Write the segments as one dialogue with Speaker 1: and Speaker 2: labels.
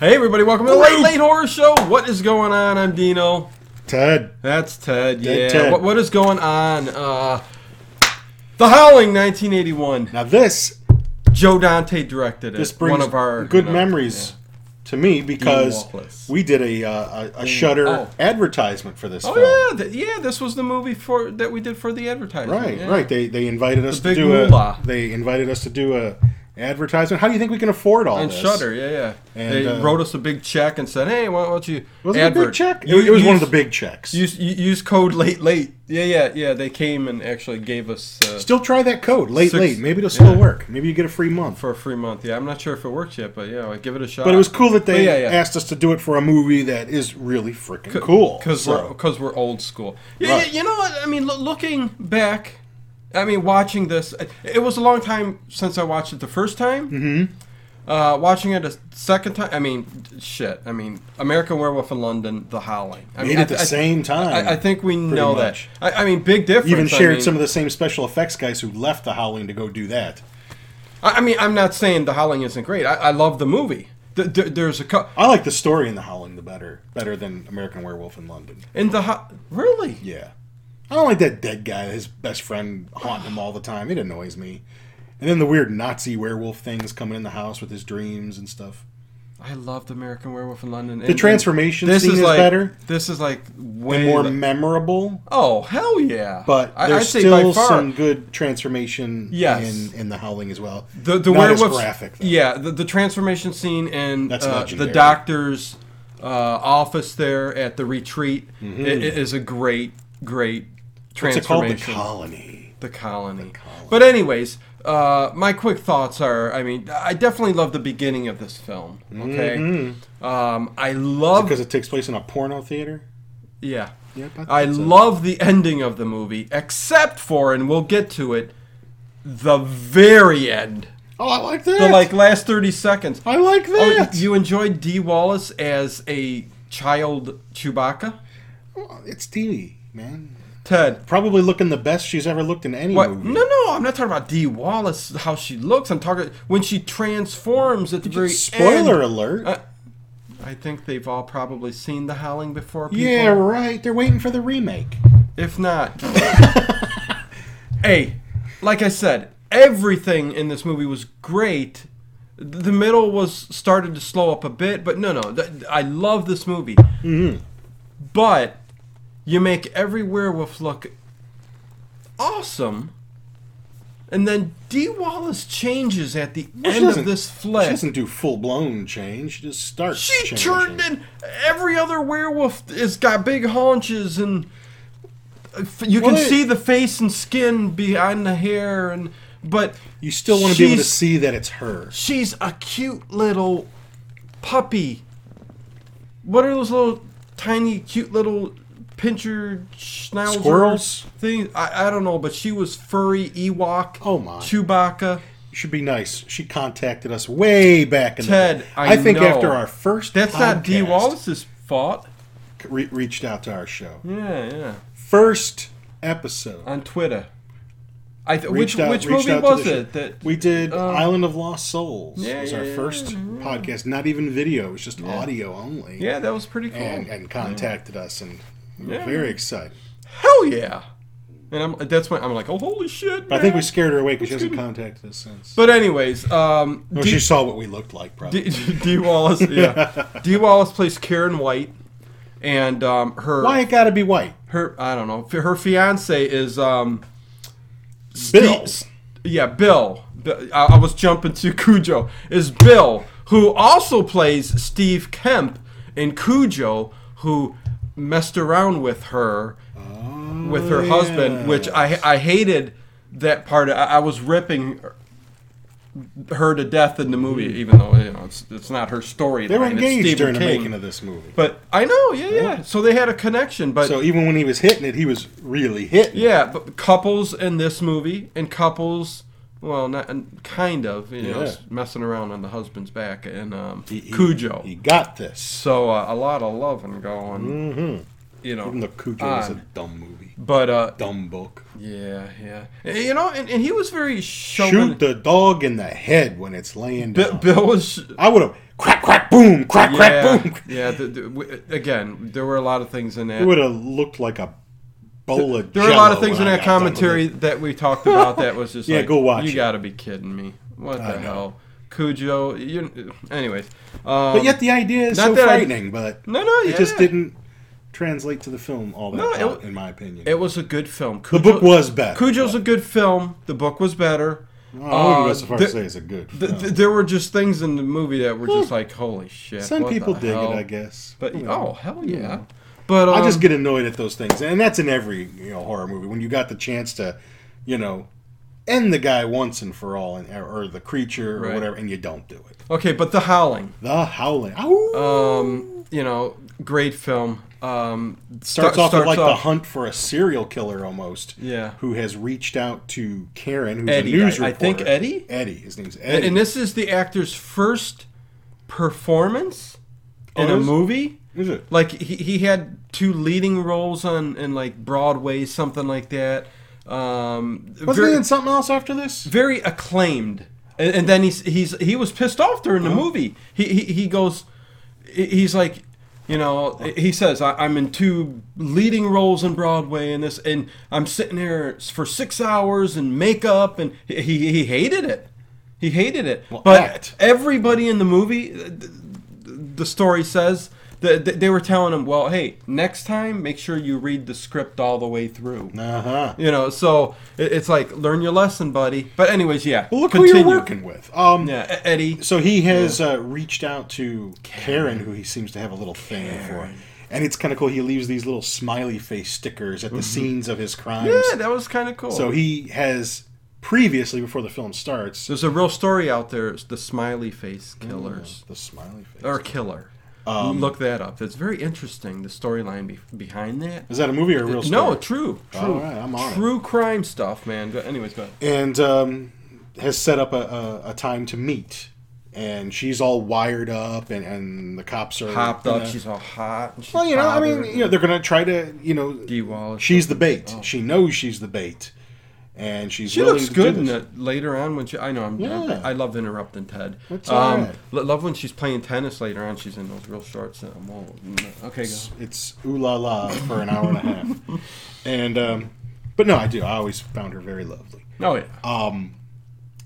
Speaker 1: Hey everybody, welcome to the Late Late Horror Show. What is going on? I'm Dino.
Speaker 2: Ted.
Speaker 1: That's Ted.
Speaker 2: Ted,
Speaker 1: Yeah.
Speaker 2: Ted.
Speaker 1: What, what is going on? Uh, the Howling, 1981.
Speaker 2: Now this
Speaker 1: Joe Dante directed it.
Speaker 2: this brings
Speaker 1: one of our
Speaker 2: good
Speaker 1: you know,
Speaker 2: memories to me because
Speaker 1: Walkless.
Speaker 2: we did a uh, a, a Shutter
Speaker 1: Oh.
Speaker 2: advertisement for this
Speaker 1: yeah.
Speaker 2: film.
Speaker 1: Oh yeah, th- yeah. This was the movie for that we did for the advertisement.
Speaker 2: Right,
Speaker 1: yeah.
Speaker 2: right. They they invited us
Speaker 1: The
Speaker 2: to
Speaker 1: big
Speaker 2: do
Speaker 1: moolah.
Speaker 2: a they invited us to do a advertisement. How do you think we can afford all
Speaker 1: On
Speaker 2: this?
Speaker 1: Shutter, yeah, yeah.
Speaker 2: And,
Speaker 1: they
Speaker 2: uh,
Speaker 1: wrote us a big check and said, "Hey, why don't you
Speaker 2: Was it
Speaker 1: advert?
Speaker 2: a big check? It,
Speaker 1: You-
Speaker 2: it was one of
Speaker 1: use-
Speaker 2: the big checks.
Speaker 1: Use u- use code late late. Yeah, yeah, yeah. They came and actually gave us uh,
Speaker 2: Still try that code late
Speaker 1: Six-
Speaker 2: late. Maybe it'll still
Speaker 1: yeah.
Speaker 2: work. Maybe you get a free month.
Speaker 1: for a free month. Yeah, I'm not sure if it works yet, but yeah, like, give it a shot.
Speaker 2: But it was cool that they
Speaker 1: yeah, yeah.
Speaker 2: asked us to do it for a movie that is really freaking cool.
Speaker 1: because
Speaker 2: So,
Speaker 1: we're because we're old school. Yeah,
Speaker 2: Right.
Speaker 1: yeah, you know what? I mean, loo- looking back, I mean, watching this, it- it was a long time since I watched it the first time. Mm-hmm. Uh, watching it a second time, I mean, shit. I mean, American Werewolf in London, The Howling. I
Speaker 2: Made
Speaker 1: mean,
Speaker 2: it
Speaker 1: I
Speaker 2: at the
Speaker 1: th- I-
Speaker 2: same time.
Speaker 1: I, I think we know
Speaker 2: much.
Speaker 1: that. I, I mean, big difference.
Speaker 2: even shared
Speaker 1: I mean,
Speaker 2: some of the same special effects guys who left the Howling to go do that.
Speaker 1: I, I mean, I'm not saying The Howling isn't great. I, I love the movie. Th- th- there's a co-
Speaker 2: I like the story in the Howling the better, better than American Werewolf in London.
Speaker 1: in the ho- really.
Speaker 2: Yeah, I don't like that dead guy. His best friend haunting him all the time. It annoys me. And then the weird Nazi werewolf things coming in the house with his dreams and stuff.
Speaker 1: I loved American Werewolf in London.
Speaker 2: The transformation scene is,
Speaker 1: like,
Speaker 2: better
Speaker 1: This is like way
Speaker 2: and more
Speaker 1: le-
Speaker 2: memorable,
Speaker 1: oh hell yeah!
Speaker 2: but
Speaker 1: I,
Speaker 2: there's
Speaker 1: I'd say by
Speaker 2: still
Speaker 1: far
Speaker 2: some good transformation
Speaker 1: Yes.
Speaker 2: in, in the Howling as well.
Speaker 1: the the
Speaker 2: Not as
Speaker 1: werewolf
Speaker 2: graphic, though.
Speaker 1: Yeah, the, the transformation scene and
Speaker 2: That's
Speaker 1: uh, the
Speaker 2: legendary.
Speaker 1: doctor's uh, office there at the retreat i- i- is a great great
Speaker 2: Mm-hmm. What's it called? The
Speaker 1: transformation.
Speaker 2: Colony.
Speaker 1: The colony. But anyways, uh, my quick thoughts are: I mean, I definitely love the beginning of this film. Okay, um, I love
Speaker 2: Because Mm-hmm. it takes place in a porno theater.
Speaker 1: Yeah.
Speaker 2: Yeah, but
Speaker 1: I
Speaker 2: that's a-
Speaker 1: love the ending of the movie, except for, and we'll get to it, the very end.
Speaker 2: Oh, I like that.
Speaker 1: The like last 30 seconds.
Speaker 2: I like
Speaker 1: Oh,
Speaker 2: that.
Speaker 1: you enjoyed D. Wallace as a child Chewbacca?
Speaker 2: Well, it's Dee, man.
Speaker 1: Ted.
Speaker 2: Probably looking the best she's ever looked in any
Speaker 1: What?
Speaker 2: movie.
Speaker 1: No, no, I'm not talking about D. Wallace, how she looks. I'm talking when she transforms at the very
Speaker 2: Spoiler
Speaker 1: end.
Speaker 2: alert.
Speaker 1: Uh, I think they've all probably seen The Howling before. People.
Speaker 2: yeah, right. They're waiting for the remake.
Speaker 1: If not, hey, like I said, everything in this movie was great. The middle was started to slow up a bit, but no, no, th- I love this movie.
Speaker 2: Mm-hmm.
Speaker 1: But you make every werewolf look awesome, and then D. Wallace changes at the
Speaker 2: Well, she
Speaker 1: end of
Speaker 2: doesn't-
Speaker 1: this
Speaker 2: She
Speaker 1: flick.
Speaker 2: doesn't do full blown change. She just starts.
Speaker 1: She
Speaker 2: changing.
Speaker 1: turned in every other werewolf has got big haunches and f- you can
Speaker 2: Well, it-
Speaker 1: see the face and skin behind the hair and but
Speaker 2: You still want to be able to
Speaker 1: she's-
Speaker 2: see that it's her.
Speaker 1: she's a cute little puppy. What are those little tiny cute little pincher schnauzer
Speaker 2: Squirrels?
Speaker 1: things? I, I don't know, but she was furry Ewok.
Speaker 2: Oh, my.
Speaker 1: Chewbacca.
Speaker 2: You should be nice. She contacted us way back in
Speaker 1: Ted,
Speaker 2: the day.
Speaker 1: I
Speaker 2: think
Speaker 1: know.
Speaker 2: after our first
Speaker 1: That's not D
Speaker 2: podcast,
Speaker 1: Wallace's fault.
Speaker 2: re- reached out to our show.
Speaker 1: Yeah, yeah.
Speaker 2: First episode.
Speaker 1: on Twitter. I th- which
Speaker 2: Reached out-
Speaker 1: which
Speaker 2: reached
Speaker 1: movie
Speaker 2: out to
Speaker 1: was
Speaker 2: the
Speaker 1: it that
Speaker 2: We did
Speaker 1: Uh,
Speaker 2: Island of Lost Souls.
Speaker 1: yeah,
Speaker 2: it was
Speaker 1: yeah,
Speaker 2: our
Speaker 1: yeah,
Speaker 2: first
Speaker 1: yeah, Mm-hmm.
Speaker 2: podcast, not even video. It was just audio only.
Speaker 1: yeah that was pretty cool.
Speaker 2: And, and contacted us, and we were
Speaker 1: Yeah.
Speaker 2: very excited.
Speaker 1: Hell yeah! And I'm that's when I'm like, oh holy shit!
Speaker 2: But I think we
Speaker 1: man.
Speaker 2: scared her away because she hasn't contacted us since.
Speaker 1: But anyways, um,
Speaker 2: Well,
Speaker 1: D,
Speaker 2: she saw what we looked like, probably.
Speaker 1: D, D Wallace, yeah, D Wallace plays Karen White, and um, her
Speaker 2: Why it gotta be white?
Speaker 1: her I don't know her fiance is um,
Speaker 2: Bill.
Speaker 1: Steve- yeah, Bill. B- I I was jumping to Cujo. Is Bill, who also plays Steve Kemp in Cujo, who messed around with her, with
Speaker 2: Oh,
Speaker 1: her husband, which I I hated that part. I, I was ripping her to death in the movie, even though you know it's it's not her story.
Speaker 2: Mm. They were engaged during the making of this movie.
Speaker 1: But I know, yeah, yeah. So they had a connection, but
Speaker 2: so even when he was hitting it, he was really hitting. it.
Speaker 1: yeah, but couples in this movie and couples, well, not and kind of, you know,
Speaker 2: Yeah.
Speaker 1: messing around on the husband's back and um,
Speaker 2: He- he-
Speaker 1: Cujo.
Speaker 2: He got this.
Speaker 1: so uh, a lot of loving going,
Speaker 2: Mm-hmm.
Speaker 1: you know.
Speaker 2: Even though Cujo was a
Speaker 1: on.
Speaker 2: dumb movie,
Speaker 1: But uh,
Speaker 2: dumb book.
Speaker 1: yeah, yeah, And, you know, and, and he was very
Speaker 2: Shoot
Speaker 1: showman.
Speaker 2: the dog in the head when it's laying
Speaker 1: Bi-
Speaker 2: down.
Speaker 1: Bill was.
Speaker 2: I would have crack crack, boom, crack, crack, boom.
Speaker 1: yeah. The, the, w- again, there were a lot of things in that.
Speaker 2: It would have looked like a bowl of
Speaker 1: There were a lot of
Speaker 2: Jell-O
Speaker 1: things in
Speaker 2: when I
Speaker 1: that
Speaker 2: got done with
Speaker 1: commentary
Speaker 2: it.
Speaker 1: that we talked about that was just
Speaker 2: Yeah,
Speaker 1: like,
Speaker 2: go watch
Speaker 1: You
Speaker 2: it."
Speaker 1: got to be kidding me! What the
Speaker 2: know.
Speaker 1: hell, Cujo? You, anyways, um,
Speaker 2: But yet the idea is
Speaker 1: not
Speaker 2: so
Speaker 1: that I-
Speaker 2: frightening, but
Speaker 1: no, no,
Speaker 2: it
Speaker 1: yeah.
Speaker 2: just didn't translate to the film all that
Speaker 1: No, it
Speaker 2: well,
Speaker 1: w-
Speaker 2: in my opinion.
Speaker 1: It was a good film.
Speaker 2: the
Speaker 1: Cujo-
Speaker 2: book was better.
Speaker 1: Cujo's a good film. The book was better.
Speaker 2: but I wouldn't go
Speaker 1: uh,
Speaker 2: so far
Speaker 1: the-
Speaker 2: as to say it's a good
Speaker 1: Th-
Speaker 2: film.
Speaker 1: th- there were just things in the movie that were just like, holy shit!
Speaker 2: Some
Speaker 1: what the
Speaker 2: people dig
Speaker 1: hell?
Speaker 2: it, I guess.
Speaker 1: But
Speaker 2: You know.
Speaker 1: oh hell yeah! But um,
Speaker 2: I just get annoyed at those things, and that's in every you know horror movie. When you got the chance to, you know, end the guy once and for all, and, or the creature or
Speaker 1: Right.
Speaker 2: whatever, and you don't do it.
Speaker 1: okay. But the Howling,
Speaker 2: The Howling. Ow!
Speaker 1: um, you know, great film. Um, sta-
Speaker 2: starts off with like the hunt for a serial killer almost.
Speaker 1: Yeah.
Speaker 2: Who has reached out to Karen, who's
Speaker 1: Eddie,
Speaker 2: a news
Speaker 1: I- I
Speaker 2: reporter.
Speaker 1: think Eddie?
Speaker 2: Eddie. His name's
Speaker 1: And,
Speaker 2: Eddie.
Speaker 1: and this is the actor's first performance in
Speaker 2: Oh,
Speaker 1: a
Speaker 2: is-
Speaker 1: movie.
Speaker 2: is it?
Speaker 1: Like he, he had two leading roles on in like Broadway, something like that. Um,
Speaker 2: Wasn't
Speaker 1: very,
Speaker 2: he in something else after this?
Speaker 1: very acclaimed. And, and then he's he's he was pissed off during the movie. He he, he goes, he- he's like, you know, he says I, I'm in two leading roles in Broadway and this, and I'm sitting here for six hours in makeup, and he he he hated it. He hated it. but
Speaker 2: act.
Speaker 1: everybody in the movie, the, the story says. that that They were telling him, "Well, hey, next time, make sure you read the script all the way through."
Speaker 2: Uh huh.
Speaker 1: You know, so it, it's like learn your lesson, buddy. But anyways, yeah.
Speaker 2: Well, look who you're working with. Um,
Speaker 1: Yeah, E- Eddie.
Speaker 2: So he has uh, reached out to Karen, who he seems to have a little thing for. And it's kind of cool. He leaves these little smiley face stickers at the scenes of his crimes.
Speaker 1: Mm-hmm. Yeah, that was kind of cool.
Speaker 2: So he has previously, before the film starts,
Speaker 1: there's a real story out there. It's the smiley face killers
Speaker 2: the smiley face.
Speaker 1: or killer.
Speaker 2: Um,
Speaker 1: Look that up. It's very interesting. The storyline be- behind that.
Speaker 2: Is that a movie or a real story?
Speaker 1: No, true, true,
Speaker 2: All right, I'm on it.
Speaker 1: true crime stuff, man. But anyways, go ahead.
Speaker 2: and um, has set up a, a, a time to meet. And she's all wired up, and, and the cops are
Speaker 1: Hopped
Speaker 2: gonna-
Speaker 1: up. She's all hot. and she's
Speaker 2: well, you know, I mean,
Speaker 1: bothered.
Speaker 2: you know, they're gonna try to, you know,
Speaker 1: Dee Wallace.
Speaker 2: she's the bait. She knows she's the bait, and she's
Speaker 1: She
Speaker 2: willing
Speaker 1: looks
Speaker 2: to do
Speaker 1: good in
Speaker 2: this.
Speaker 1: it later on when she. I know I'm.
Speaker 2: Yeah.
Speaker 1: I love interrupting Ted.
Speaker 2: That's
Speaker 1: um,
Speaker 2: alright.
Speaker 1: lo- Love when she's playing tennis later on. She's in those real shorts. And I'm all, mm, okay, go.
Speaker 2: It's ooh la la for an hour and a half, and um, but no, I do. I always found her very lovely.
Speaker 1: Oh yeah.
Speaker 2: Uh,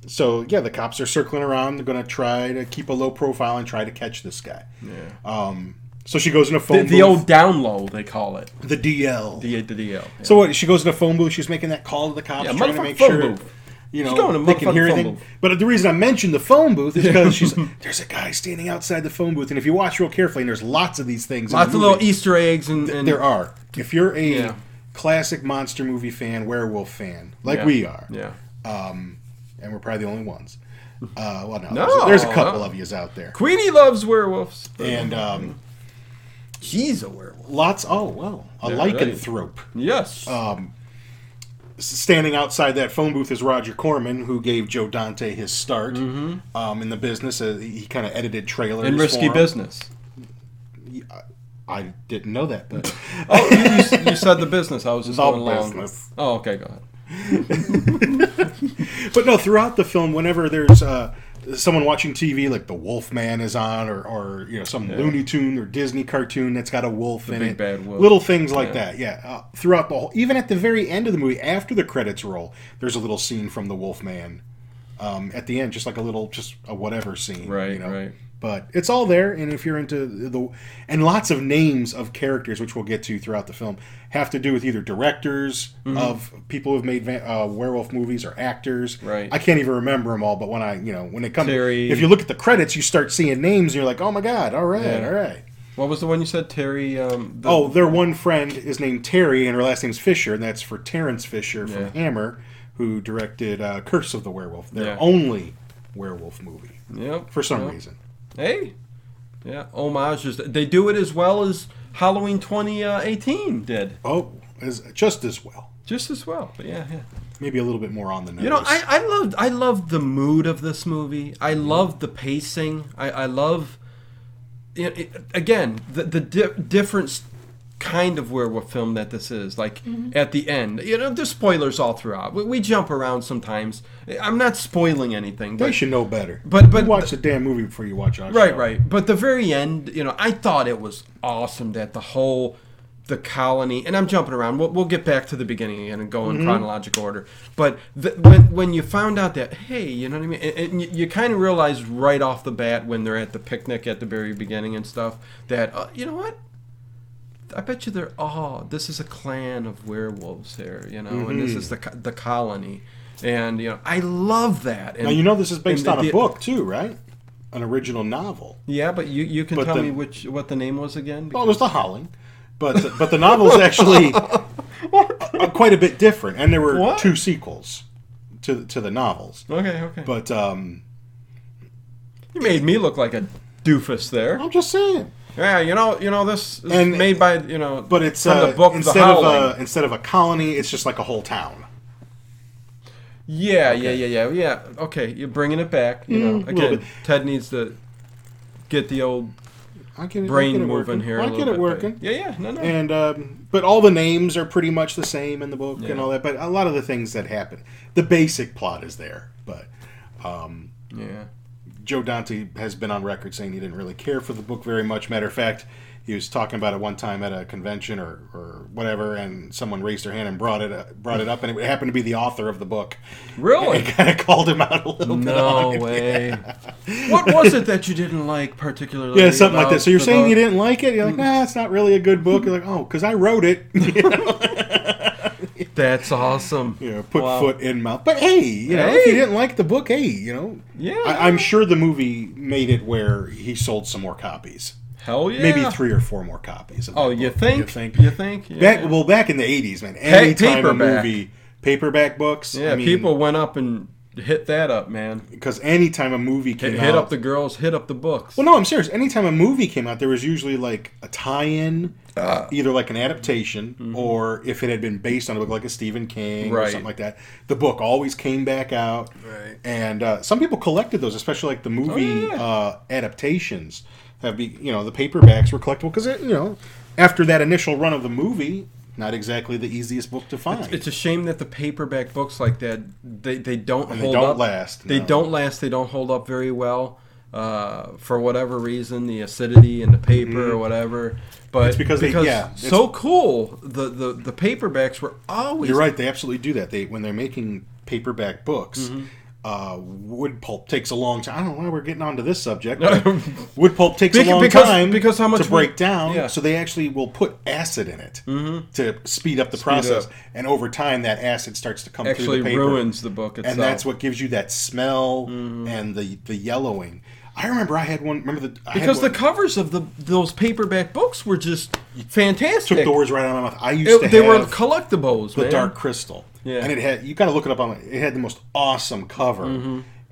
Speaker 2: So yeah, the cops are circling around. They're gonna try to keep a low profile and try to catch this guy.
Speaker 1: yeah.
Speaker 2: Um, so she goes in a phone
Speaker 1: the, the
Speaker 2: booth.
Speaker 1: old down low they call it.
Speaker 2: the DL.
Speaker 1: The the DL. Yeah.
Speaker 2: So what? She goes in a phone booth. She's making that call to the cops,
Speaker 1: Yeah,
Speaker 2: trying to
Speaker 1: motherfucking
Speaker 2: make
Speaker 1: phone
Speaker 2: sure
Speaker 1: booth.
Speaker 2: you know
Speaker 1: She's going to
Speaker 2: they can
Speaker 1: motherfucking
Speaker 2: hear
Speaker 1: phone
Speaker 2: anything.
Speaker 1: booth.
Speaker 2: But the reason I mentioned the phone booth is because she's like, there's a guy standing outside the phone booth, and if you watch real carefully, and there's lots of these things. in
Speaker 1: Lots
Speaker 2: the
Speaker 1: of
Speaker 2: movie.
Speaker 1: little Easter eggs and, and
Speaker 2: There are. If you're a
Speaker 1: Yeah.
Speaker 2: classic monster movie fan, werewolf fan, like
Speaker 1: Yeah.
Speaker 2: we are,
Speaker 1: Yeah.
Speaker 2: and we're probably the only ones. Uh, well, no,
Speaker 1: No,
Speaker 2: there's, a, there's a couple
Speaker 1: no.
Speaker 2: of yous out there,
Speaker 1: Queenie loves werewolves.
Speaker 2: and um,
Speaker 1: she's a werewolf.
Speaker 2: lots. Oh well, a
Speaker 1: Yeah, right.
Speaker 2: lycanthrope.
Speaker 1: Yes.
Speaker 2: Uh, standing outside that phone booth is Roger Corman, who gave Joe Dante his start um, in the business. Uh, he kind of edited trailers
Speaker 1: and
Speaker 2: for
Speaker 1: Mm-hmm. risky
Speaker 2: him.
Speaker 1: business.
Speaker 2: I didn't know that, but uh,
Speaker 1: Oh, you, you, s- you said the business. I was just
Speaker 2: The
Speaker 1: going along.
Speaker 2: business.
Speaker 1: Oh, okay, go ahead.
Speaker 2: but no. Throughout the film, whenever there's uh, someone watching TV, like the Wolfman is on, or, or you know some Looney Tune or Disney cartoon that's got a wolf in
Speaker 1: big
Speaker 2: it,
Speaker 1: bad wolf.
Speaker 2: little things like
Speaker 1: Yeah.
Speaker 2: that. Yeah, uh, throughout the whole, even at the very end of the movie, after the credits roll, there's a little scene from the Wolfman. Um, at the end, just like a little, just a whatever scene,
Speaker 1: Right,
Speaker 2: You know?
Speaker 1: right.
Speaker 2: But it's all there, and if you're into the and lots of names of characters, which we'll get to throughout the film, have to do with either directors
Speaker 1: Mm-hmm.
Speaker 2: of people who've made va- uh, werewolf movies or actors.
Speaker 1: Right.
Speaker 2: I can't even remember them all, but when I, you know, when it comes,
Speaker 1: Terry-
Speaker 2: if you look at the credits, you start seeing names, and you're like, oh my god, all right,
Speaker 1: Yeah.
Speaker 2: all right.
Speaker 1: What was the one you said, Terry? Um, the,
Speaker 2: Oh, their one friend is named Terry, and her last name's Fisher, and that's for Terrence Fisher from
Speaker 1: Yeah.
Speaker 2: Hammer, who directed uh, Curse of the Werewolf, their
Speaker 1: Yeah.
Speaker 2: only werewolf movie
Speaker 1: Yep.
Speaker 2: for some
Speaker 1: yep.
Speaker 2: reason.
Speaker 1: Hey. Yeah, homages. They do it as well as Halloween 2018 did.
Speaker 2: Oh, is just as well.
Speaker 1: Just as well. But yeah, yeah.
Speaker 2: Maybe a little bit more on the nose.
Speaker 1: You know, I, I loved I loved the mood of this movie. I loved the pacing. I, I love, you know, it- again, the the di- different s- kind of werewolf film that this is. Like at the end, you know, there's spoilers all throughout. We, we jump around sometimes. I'm not spoiling anything,
Speaker 2: They
Speaker 1: but
Speaker 2: should know better.
Speaker 1: but but
Speaker 2: you watch the damn movie before you watch our
Speaker 1: Right,
Speaker 2: show.
Speaker 1: right. But the very end, you know, I thought it was awesome that the whole the colony and I'm jumping around. We'll, we'll get back to the beginning again and
Speaker 2: Mm-hmm.
Speaker 1: go in chronological order. But the, when when you found out that hey, you know what I mean, and, and you, you kind of realize right off the bat when they're at the picnic at the very beginning and stuff that uh, you know what. I bet you they're oh, this is a clan of werewolves here, you know, and
Speaker 2: Mm-hmm.
Speaker 1: this is the co- the colony, and you know I love that. And
Speaker 2: Now you know this is based
Speaker 1: and
Speaker 2: on a
Speaker 1: the-
Speaker 2: book too, right? An original novel.
Speaker 1: yeah, but you, you can
Speaker 2: But
Speaker 1: tell
Speaker 2: the- Oh,
Speaker 1: me which what the name was again.
Speaker 2: Well, it was the Holling, but but the novel is actually uh, quite a bit different, and there were
Speaker 1: What?
Speaker 2: two sequels to to the novels.
Speaker 1: okay, okay.
Speaker 2: But um,
Speaker 1: you made me look like a doofus there.
Speaker 2: I'm just saying.
Speaker 1: Yeah, you know, you know this is
Speaker 2: And-
Speaker 1: made by you know,
Speaker 2: But it's
Speaker 1: from
Speaker 2: uh,
Speaker 1: the book
Speaker 2: instead
Speaker 1: The
Speaker 2: of
Speaker 1: Howling.
Speaker 2: a, instead of a colony, it's just like a whole town.
Speaker 1: yeah, yeah, yeah, yeah, yeah. Okay, you're bringing it back. You know,
Speaker 2: Mm-hmm. little
Speaker 1: again,
Speaker 2: bit.
Speaker 1: Ted needs to get the old
Speaker 2: I get it, I
Speaker 1: brain
Speaker 2: get it
Speaker 1: moving
Speaker 2: working.
Speaker 1: here. a
Speaker 2: I
Speaker 1: little
Speaker 2: get it
Speaker 1: bit, but-
Speaker 2: working.
Speaker 1: Yeah, yeah, no, no.
Speaker 2: And um, but all the names are pretty much the same in the book
Speaker 1: Yeah.
Speaker 2: and all that. But a lot of the things that happen, the basic plot is there. But
Speaker 1: yeah,
Speaker 2: Joe Dante has been on record saying he didn't really care for the book very much. Matter of fact, he was talking about it one time at a convention or, or whatever, and someone raised their hand and brought it up, brought it up, and it happened to be the author of the book.
Speaker 1: really.
Speaker 2: And kind of called him out a little bit.
Speaker 1: Oh, No
Speaker 2: on it.
Speaker 1: way. what was it that you didn't like particularly?
Speaker 2: Yeah, something like
Speaker 1: about
Speaker 2: that. So you're
Speaker 1: the
Speaker 2: saying
Speaker 1: book?
Speaker 2: you didn't like it? You're
Speaker 1: Mm.
Speaker 2: like, nah, it's not really a good book. You're like, oh, because I wrote it. you know,
Speaker 1: That's awesome.
Speaker 2: You know, put
Speaker 1: Wow.
Speaker 2: foot in mouth. But hey, you know, if
Speaker 1: Hey.
Speaker 2: you didn't like the book, hey, you know.
Speaker 1: Yeah.
Speaker 2: I, I'm sure the movie made it where he sold some more copies.
Speaker 1: Hell yeah.
Speaker 2: maybe three or four more copies. Of
Speaker 1: Oh,
Speaker 2: that
Speaker 1: you
Speaker 2: book.
Speaker 1: think?
Speaker 2: You think?
Speaker 1: You think? Yeah.
Speaker 2: Back, well, back in the eighties, man. Any time a
Speaker 1: paperback.
Speaker 2: movie, paperback books.
Speaker 1: Yeah,
Speaker 2: I mean,
Speaker 1: people went up and hit that up, man.
Speaker 2: because any time a movie came
Speaker 1: Hit,
Speaker 2: out,
Speaker 1: hit up the girls, hit up the books.
Speaker 2: well, no, I'm serious. Any time a movie came out, there was usually like a tie-in,
Speaker 1: Uh.
Speaker 2: either like an adaptation, or if it had been based on a book like a Stephen King or
Speaker 1: Mm-hmm. Right.
Speaker 2: something like that. The book always came back out,
Speaker 1: Right.
Speaker 2: and uh, some people collected those, especially like the movie
Speaker 1: Oh, yeah.
Speaker 2: uh, adaptations. Have be you know the paperbacks were collectible because you know after that initial run of the movie, not exactly the easiest book to find.
Speaker 1: It's a shame that the paperback books like that they, they don't
Speaker 2: they
Speaker 1: hold
Speaker 2: don't
Speaker 1: up.
Speaker 2: last,
Speaker 1: They
Speaker 2: no.
Speaker 1: don't last. They don't hold up very well uh, for whatever reason, the acidity in the paper or whatever. But
Speaker 2: Mm-hmm. It's because they- yeah, it's-
Speaker 1: so cool. The, the the paperbacks were always
Speaker 2: You're right. They absolutely do that. They when they're making paperback books,
Speaker 1: Mm-hmm.
Speaker 2: uh, wood pulp takes a long time. I don't know why we're getting onto this subject. but wood pulp takes
Speaker 1: Bec-
Speaker 2: a long
Speaker 1: because-
Speaker 2: time
Speaker 1: because how much
Speaker 2: to
Speaker 1: we-
Speaker 2: break down.
Speaker 1: yeah. Mm-hmm.
Speaker 2: So they actually will put acid in it to speed up the process,
Speaker 1: up.
Speaker 2: and over time that acid starts to come
Speaker 1: actually
Speaker 2: through the paper,
Speaker 1: ruins the book itself. Mm-hmm.
Speaker 2: and that's what gives you that smell and the the yellowing. I remember I had one. Remember the I had
Speaker 1: because the
Speaker 2: one-
Speaker 1: covers of the those paperback books were just fantastic.
Speaker 2: took the words right out of my mouth. I used
Speaker 1: It-
Speaker 2: to
Speaker 1: they were
Speaker 2: have-
Speaker 1: collectibles,
Speaker 2: the
Speaker 1: man.
Speaker 2: Dark Crystal.
Speaker 1: Yeah.
Speaker 2: And it had you gotta look it up on it had the most awesome cover.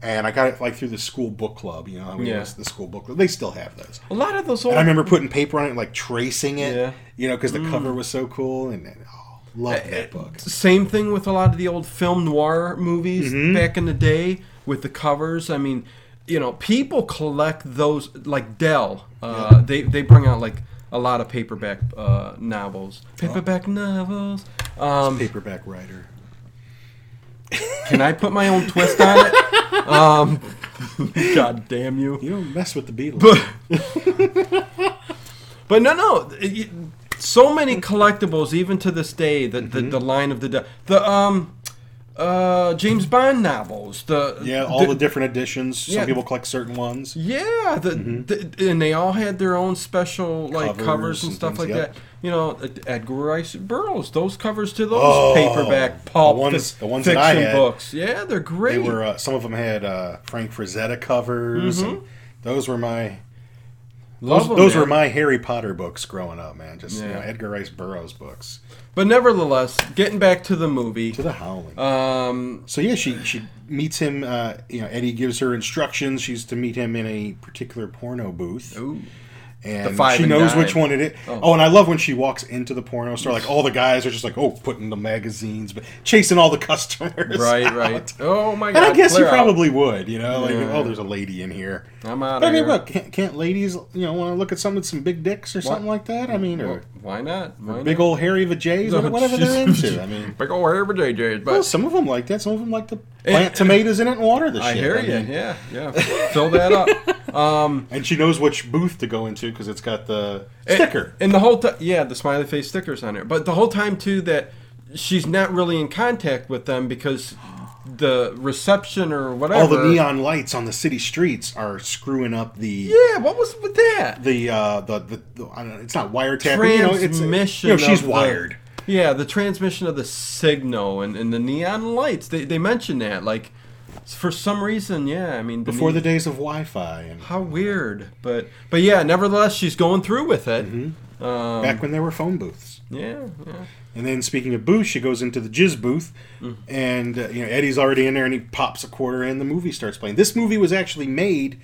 Speaker 2: And I got it like through the school book club, you know, I
Speaker 1: Mm-hmm.
Speaker 2: mean
Speaker 1: Yeah.
Speaker 2: it's the school book club. They still have those.
Speaker 1: A lot of those
Speaker 2: And I
Speaker 1: old
Speaker 2: remember putting paper on it, like tracing it,
Speaker 1: Yeah. Mm.
Speaker 2: you know, because the cover was so cool and, and oh, loved that book.
Speaker 1: Eh, Same thing with a lot of the old film noir movies back in the day with the covers. I mean, you know, people collect those like Dell. Uh, They they bring out like a lot of paperback uh, novels. Paperback novels. Um,
Speaker 2: Paperback writer.
Speaker 1: can I put my own twist on it? Um, God damn you!
Speaker 2: You don't mess with the Beatles.
Speaker 1: But no, no. it- so many collectibles, even to this day. The the, the line of the de- the um uh James Bond novels. The
Speaker 2: yeah, all the, different editions. Some
Speaker 1: yeah.
Speaker 2: people collect certain ones.
Speaker 1: yeah, the, the and they all had their own special like covers,
Speaker 2: Mm-hmm. Covers
Speaker 1: and,
Speaker 2: and
Speaker 1: stuff like
Speaker 2: things, yep.
Speaker 1: that. You know, Ed- Edgar Rice Burroughs. Those covers to those
Speaker 2: Oh,
Speaker 1: paperback
Speaker 2: the
Speaker 1: pulp
Speaker 2: ones-
Speaker 1: fic-
Speaker 2: the ones that
Speaker 1: fiction
Speaker 2: I had,
Speaker 1: books. Yeah, they're great.
Speaker 2: They were uh, some of them had uh, Frank Frazetta covers. And those were my
Speaker 1: Mm-hmm. Love
Speaker 2: those,
Speaker 1: 'em,
Speaker 2: those
Speaker 1: man.
Speaker 2: were my Harry Potter books growing up, man. Just you
Speaker 1: Yeah.
Speaker 2: know, Edgar Rice Burroughs books
Speaker 1: But nevertheless, getting back to the movie.
Speaker 2: to the Howling.
Speaker 1: Um,
Speaker 2: so yeah, she she meets him. Uh, you know, Eddie gives her instructions. She's to meet him in a particular porno booth,
Speaker 1: ooh,
Speaker 2: and
Speaker 1: five
Speaker 2: she
Speaker 1: and
Speaker 2: knows
Speaker 1: dime.
Speaker 2: which one it is. Oh. and I love when she walks into the porno store. Like all the guys are just like, oh, putting the magazines, but chasing all the customers.
Speaker 1: Right,
Speaker 2: out.
Speaker 1: right. Oh my god.
Speaker 2: And I guess you
Speaker 1: clear out.
Speaker 2: probably would, you know, like
Speaker 1: Yeah.
Speaker 2: oh, there's a lady in here.
Speaker 1: I'm out
Speaker 2: But I
Speaker 1: of
Speaker 2: mean,
Speaker 1: here.
Speaker 2: look, can't, can't ladies, you know, want to look at something with some big dicks or something like that? I mean, or
Speaker 1: Why not? Why
Speaker 2: big
Speaker 1: not?
Speaker 2: old hairy vajays,
Speaker 1: No,
Speaker 2: or whatever they're
Speaker 1: she's-
Speaker 2: into. I mean,
Speaker 1: big old hair for JJ. But
Speaker 2: well, some of them like that. Some of them like to plant tomatoes in it and water the
Speaker 1: I
Speaker 2: shit.
Speaker 1: hear you.
Speaker 2: mean,
Speaker 1: Yeah, yeah. Fill that up. Um,
Speaker 2: And she knows which booth to go into because it's got the sticker.
Speaker 1: And the whole time, yeah, the smiley face stickers on it. But the whole time too that she's not really in contact with them because the reception or whatever.
Speaker 2: All the neon lights on the city streets are screwing up the
Speaker 1: Yeah, what was with that?
Speaker 2: the uh the the, the I don't know, it's not wiretapping. You know, it's
Speaker 1: Transmission.
Speaker 2: you know, she's
Speaker 1: of the-
Speaker 2: wired.
Speaker 1: Yeah, the transmission of the signal and, and the neon lights. They they mention that like for some reason. Yeah, I mean the
Speaker 2: Before
Speaker 1: ne-
Speaker 2: the days of Wi-Fi and
Speaker 1: How weird, but but yeah. Nevertheless, she's going through with it.
Speaker 2: Mm-hmm.
Speaker 1: Um,
Speaker 2: back when there were phone booths.
Speaker 1: yeah, yeah.
Speaker 2: And then speaking of booths, she goes into the jizz booth,
Speaker 1: Mm.
Speaker 2: and uh, you know Eddie's already in there, and he pops a quarter, and the movie starts playing. This movie was actually made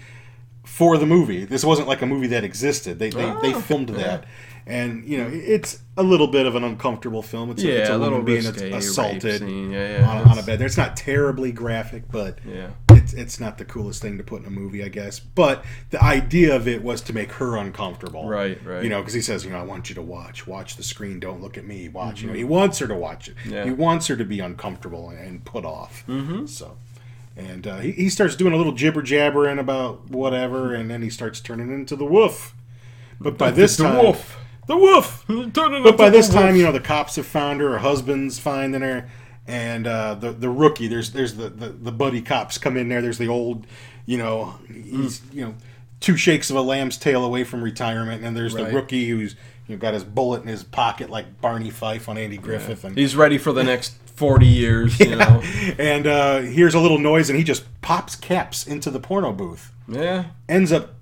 Speaker 2: for the movie. This wasn't like a movie that existed. They they, they
Speaker 1: Oh,
Speaker 2: filmed
Speaker 1: yeah.
Speaker 2: that, and you know it's a little bit of an uncomfortable film. It's,
Speaker 1: Yeah,
Speaker 2: it's
Speaker 1: a little
Speaker 2: woman being
Speaker 1: risque, rape
Speaker 2: assaulted
Speaker 1: scene. Yeah, yeah,
Speaker 2: on, a- on a
Speaker 1: that's-
Speaker 2: bed. There, it's not terribly graphic, but
Speaker 1: Yeah.
Speaker 2: it's it's not the coolest thing to put in a movie, I guess. But the idea of it was to make her uncomfortable,
Speaker 1: Right, right.
Speaker 2: You know, because he says, you know, I want you to watch, watch the screen, don't look at me, watch. You know, he wants her to watch it.
Speaker 1: Mm-hmm. Yeah.
Speaker 2: He wants her to be uncomfortable and, and put off. Mm-hmm. So, and uh, he, he starts doing a little jibber jabbering about whatever, and then he starts turning into the wolf. But by this
Speaker 1: the
Speaker 2: time,
Speaker 1: wolf.
Speaker 2: the wolf.
Speaker 1: But
Speaker 2: But by this time, you know the cops have found her. Her husband's finding her, and uh, the the rookie. There's there's the, the the buddy cops come in there. There's the old, you know, he's you know two shakes of a lamb's tail away from retirement, and there's
Speaker 1: Right.
Speaker 2: the rookie who's you know, got his bullet in his pocket like Barney Fife on Andy Griffith, and
Speaker 1: he's ready for the next forty years. You know,
Speaker 2: and uh, hears a little noise, and he just pops caps into the porno booth
Speaker 1: yeah.
Speaker 2: ends up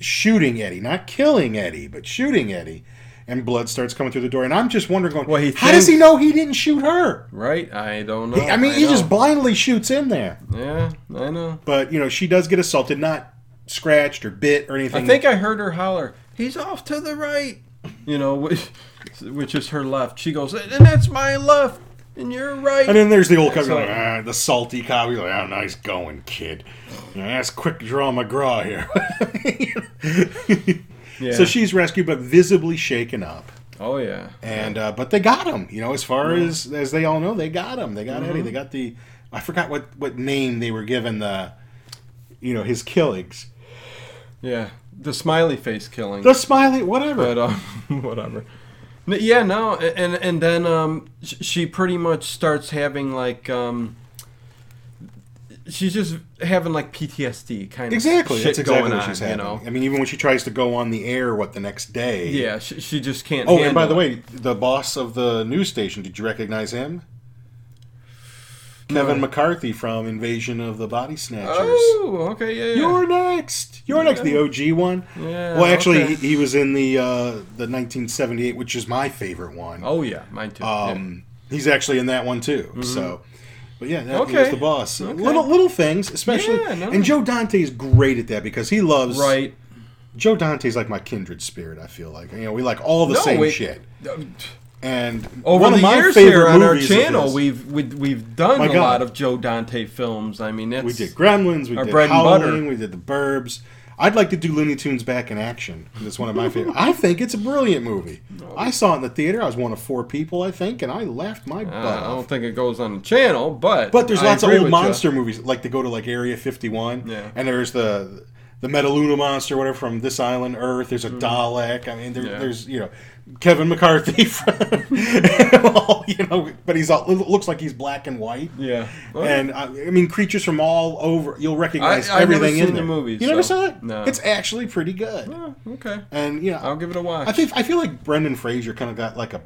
Speaker 2: shooting Eddie, not killing Eddie, but shooting Eddie, and blood starts coming through the door. And I'm just wondering, going,
Speaker 1: Well, he
Speaker 2: how does
Speaker 1: thinks-
Speaker 2: he know he didn't shoot her?
Speaker 1: Right, I don't know.
Speaker 2: I mean,
Speaker 1: I
Speaker 2: he just
Speaker 1: know.
Speaker 2: blindly shoots in there.
Speaker 1: yeah, I know.
Speaker 2: But you know, she does get assaulted, not scratched or bit or anything.
Speaker 1: I think I heard her holler, "He's off to the right," you know, which, which is her left. She goes, "And that's my left, and you're right."
Speaker 2: And then there's the old cop,
Speaker 1: So-
Speaker 2: like, "Ah," the salty cop. He's like, "Oh, nice going, kid. You know, that's quick draw McGraw here."
Speaker 1: Yeah.
Speaker 2: So she's rescued, but visibly shaken up.
Speaker 1: oh yeah,
Speaker 2: and uh, but they got him. You know, as far as as they all know, they got him. They got Eddie.
Speaker 1: Mm-hmm.
Speaker 2: They got the I forgot what what name they were given the you know his killings.
Speaker 1: yeah. The smiley face killing.
Speaker 2: The smiley whatever.
Speaker 1: but um, whatever. N- Yeah, no, a- and and then um, sh- she pretty much starts having like um, she's just having like PTSD kind of
Speaker 2: exactly.
Speaker 1: Shit
Speaker 2: That's exactly
Speaker 1: going
Speaker 2: what
Speaker 1: on,
Speaker 2: she's
Speaker 1: you
Speaker 2: having.
Speaker 1: know.
Speaker 2: I mean, even when she tries to go on the air, what the next day?
Speaker 1: Yeah, she, she just can't.
Speaker 2: Oh, and by the
Speaker 1: handle it.
Speaker 2: way, the boss of the news station. Did you recognize him? Kevin McCarthy from Invasion of the Body Snatchers.
Speaker 1: oh, okay, yeah, yeah.
Speaker 2: You're next. You're next. The OG one.
Speaker 1: Yeah,
Speaker 2: well, actually,
Speaker 1: okay.
Speaker 2: he, he was in the uh, the 1978, which is my favorite one.
Speaker 1: oh yeah, mine too. yeah. Mm-hmm.
Speaker 2: Um, he's actually in that one too. So, but yeah, that he was
Speaker 1: Okay.
Speaker 2: the boss. So
Speaker 1: Okay.
Speaker 2: Little little things, especially.
Speaker 1: Yeah, no, no.
Speaker 2: And Joe Dante's great at that because he loves.
Speaker 1: Right.
Speaker 2: Joe Dante's like my kindred spirit. I feel like you know we like all the
Speaker 1: No,
Speaker 2: same
Speaker 1: we-
Speaker 2: shit.
Speaker 1: uh,
Speaker 2: And
Speaker 1: Over
Speaker 2: one
Speaker 1: the
Speaker 2: of my
Speaker 1: years
Speaker 2: favorite
Speaker 1: here on our
Speaker 2: movies of
Speaker 1: channel,
Speaker 2: his-
Speaker 1: we've, we've we've done
Speaker 2: My
Speaker 1: a
Speaker 2: God.
Speaker 1: lot of Joe Dante films. I mean, that's
Speaker 2: we did Gremlins, we
Speaker 1: Our
Speaker 2: did
Speaker 1: bread and
Speaker 2: Howling,
Speaker 1: butter.
Speaker 2: we did The Burbs. I'd like to do Looney Tunes back in action. That's one of my favorite. I think it's a brilliant movie. I saw it in the theater. I was one of four people, I think, and I laughed my butt
Speaker 1: Uh, I
Speaker 2: off.
Speaker 1: don't think it goes on the channel, but
Speaker 2: Oh. But there's
Speaker 1: I
Speaker 2: lots of
Speaker 1: agree
Speaker 2: old
Speaker 1: with ya.
Speaker 2: monster movies, like they go to like Area 51,
Speaker 1: Yeah.
Speaker 2: and there's the the Metaluna monster, whatever from this island Earth. There's a Dalek. I mean, there,
Speaker 1: Mm. Yeah.
Speaker 2: there's you know Kevin McCarthy from all, you know, but he's all looks like he's black and white.
Speaker 1: Yeah,
Speaker 2: And I, I mean, creatures from all over. You'll recognize
Speaker 1: I- I've never
Speaker 2: everything in
Speaker 1: seen the
Speaker 2: there.
Speaker 1: movies,
Speaker 2: You never
Speaker 1: so-
Speaker 2: saw it?
Speaker 1: no.
Speaker 2: It's actually pretty good.
Speaker 1: Oh, okay.
Speaker 2: And you know,
Speaker 1: I'll give it a watch.
Speaker 2: I think I feel like Brendan Fraser kind of got like a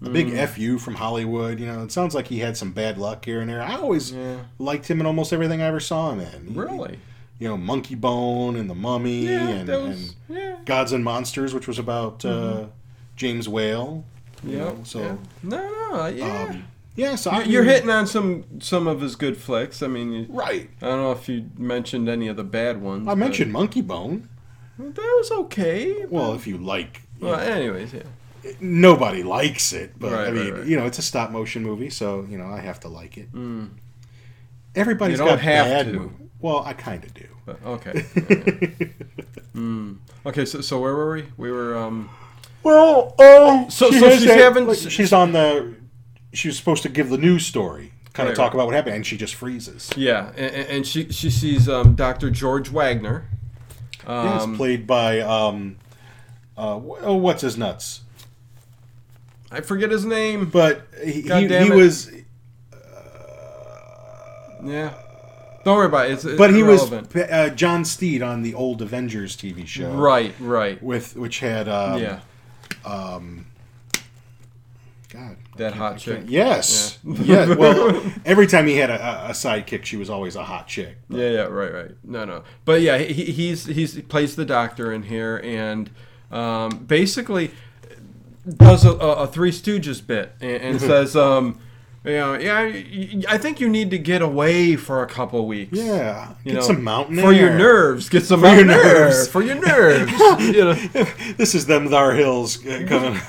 Speaker 2: a big
Speaker 1: Mm.
Speaker 2: fu from Hollywood. You know, it sounds like he had some bad luck here and there. I always
Speaker 1: Yeah.
Speaker 2: liked him in almost everything I ever saw him in. He-
Speaker 1: really.
Speaker 2: You know, Monkey Bone and The Mummy
Speaker 1: Yeah,
Speaker 2: E and,
Speaker 1: that was
Speaker 2: and
Speaker 1: yeah. Mm-hmm.
Speaker 2: Gods and Monsters, which was about uh, James Whale. you
Speaker 1: Yeah.
Speaker 2: know, so
Speaker 1: yeah. no, no, yeah.
Speaker 2: Um, yeah, so I
Speaker 1: You're- You're
Speaker 2: mean,
Speaker 1: hitting on some some of his good flicks. I mean, you,
Speaker 2: right.
Speaker 1: I don't know if you mentioned any of the bad ones.
Speaker 2: I
Speaker 1: but-
Speaker 2: mentioned Monkey Bone.
Speaker 1: That was okay.
Speaker 2: Well, if you like,
Speaker 1: Well, anyways, yeah.
Speaker 2: nobody likes it, but
Speaker 1: Right,
Speaker 2: I
Speaker 1: right,
Speaker 2: mean,
Speaker 1: right. Hmm.
Speaker 2: you know, it's a stop motion movie, so you know, I have to like it.
Speaker 1: You
Speaker 2: Everybody's
Speaker 1: don't
Speaker 2: got
Speaker 1: have
Speaker 2: bad
Speaker 1: to.
Speaker 2: mov- Well, I kind of do.
Speaker 1: But, okay. Mm. Okay, so, so where were we? We were um
Speaker 2: Well, oh,
Speaker 1: So- so she's having-
Speaker 2: she's on the. She was supposed to give the news story, kind
Speaker 1: Right,
Speaker 2: of talk about what happened, and she just freezes.
Speaker 1: yeah, and, and she she sees um Dr. George Wagner.
Speaker 2: Yeah, it's
Speaker 1: Um,
Speaker 2: played by um, uh, wh- oh, what's his nuts?
Speaker 1: I forget his name.
Speaker 2: But he
Speaker 1: God
Speaker 2: he,
Speaker 1: damn
Speaker 2: he
Speaker 1: it.
Speaker 2: was,
Speaker 1: Yeah. Don't worry about it. It's, it's
Speaker 2: but he
Speaker 1: irrelevant.
Speaker 2: was uh, John Steed on the old Avengers TV show,
Speaker 1: right, right.
Speaker 2: With which had um,
Speaker 1: yeah.
Speaker 2: God,
Speaker 1: That hot chick.
Speaker 2: Yes. Yeah. Well, every time he had a, a- a sidekick, she was always a hot chick.
Speaker 1: Yeah, yeah, right, right. No, no. But yeah, he, he's he's he plays the doctor in here and um, basically does a, a, a Three Stooges bit and, and says, um, you know, yeah, I, I think you need to get away for a couple weeks.
Speaker 2: Yeah.
Speaker 1: You
Speaker 2: Get
Speaker 1: know,
Speaker 2: some mountain
Speaker 1: for your
Speaker 2: air.
Speaker 1: nerves. Get some
Speaker 2: For your
Speaker 1: mountain air
Speaker 2: nerves.
Speaker 1: for your nerves. you know.
Speaker 2: This is them thar hills uh, coming.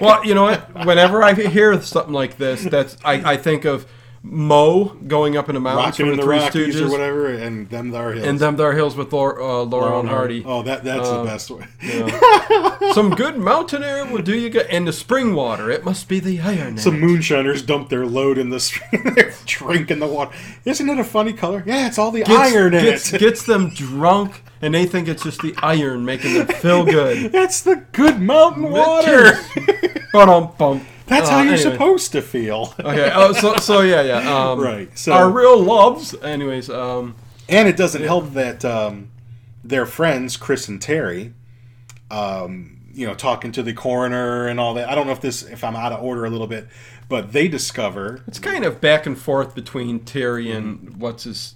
Speaker 1: Well, you know what? Whenever I hear something like this, that's I, I think of Mo going up in the mountains
Speaker 2: Rocking
Speaker 1: from
Speaker 2: in
Speaker 1: the
Speaker 2: the
Speaker 1: Three
Speaker 2: Rockies
Speaker 1: Stooges,
Speaker 2: or whatever, and them thar hills.
Speaker 1: and them there hills with Laura, uh, Laurel and Hardy. Um,
Speaker 2: Oh, that that's the best one.
Speaker 1: Some good mountain air will do you good. And the spring water, it must be the iron. in
Speaker 2: Some
Speaker 1: it.
Speaker 2: moonshiners dump their load in the stream. They're drinking the water. Isn't it a funny color? Yeah, it's all the
Speaker 1: Gets-
Speaker 2: iron in
Speaker 1: gets,
Speaker 2: it.
Speaker 1: gets them drunk, and they think it's just the iron making them feel good.
Speaker 2: That's the good mountain water.
Speaker 1: Bum bum.
Speaker 2: That's how
Speaker 1: Uh,
Speaker 2: you're
Speaker 1: anyway.
Speaker 2: supposed to feel.
Speaker 1: Okay. Oh, so so yeah yeah. Um,
Speaker 2: Right, so-
Speaker 1: our real loves. Anyways. Um.
Speaker 2: And it doesn't help that um, their friends, Chris and Terry, um, you know, talking to the coroner and all that. I don't know if this, if I'm out of order a little bit, but they discover
Speaker 1: It's kind of back and forth between Terry and what's his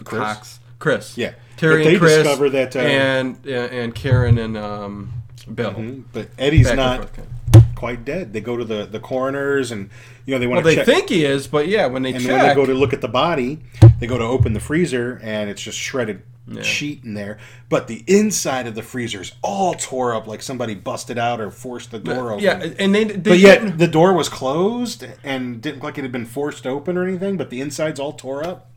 Speaker 2: Mm-hmm. Chris?
Speaker 1: Cox Chris.
Speaker 2: Yeah.
Speaker 1: Terry
Speaker 2: But they
Speaker 1: and Chris
Speaker 2: discover that, uh,
Speaker 1: and and Karen and um, Bill.
Speaker 2: but Eddie's
Speaker 1: Back and
Speaker 2: Mm-hmm. not
Speaker 1: forth, kinda.
Speaker 2: quite dead. They go to the the coroners and you know they
Speaker 1: Well,
Speaker 2: want to
Speaker 1: they
Speaker 2: check.
Speaker 1: think he is, but yeah, when they
Speaker 2: and when they
Speaker 1: check,
Speaker 2: go to look at the body, they go to open the freezer and it's just shredded sheet in there. But the inside of the freezer is all tore up, like somebody busted out or forced the door open.
Speaker 1: yeah, and they, they
Speaker 2: But
Speaker 1: didn't-
Speaker 2: yet the door was closed and didn't look like it had been forced open or anything, but the inside's all tore up.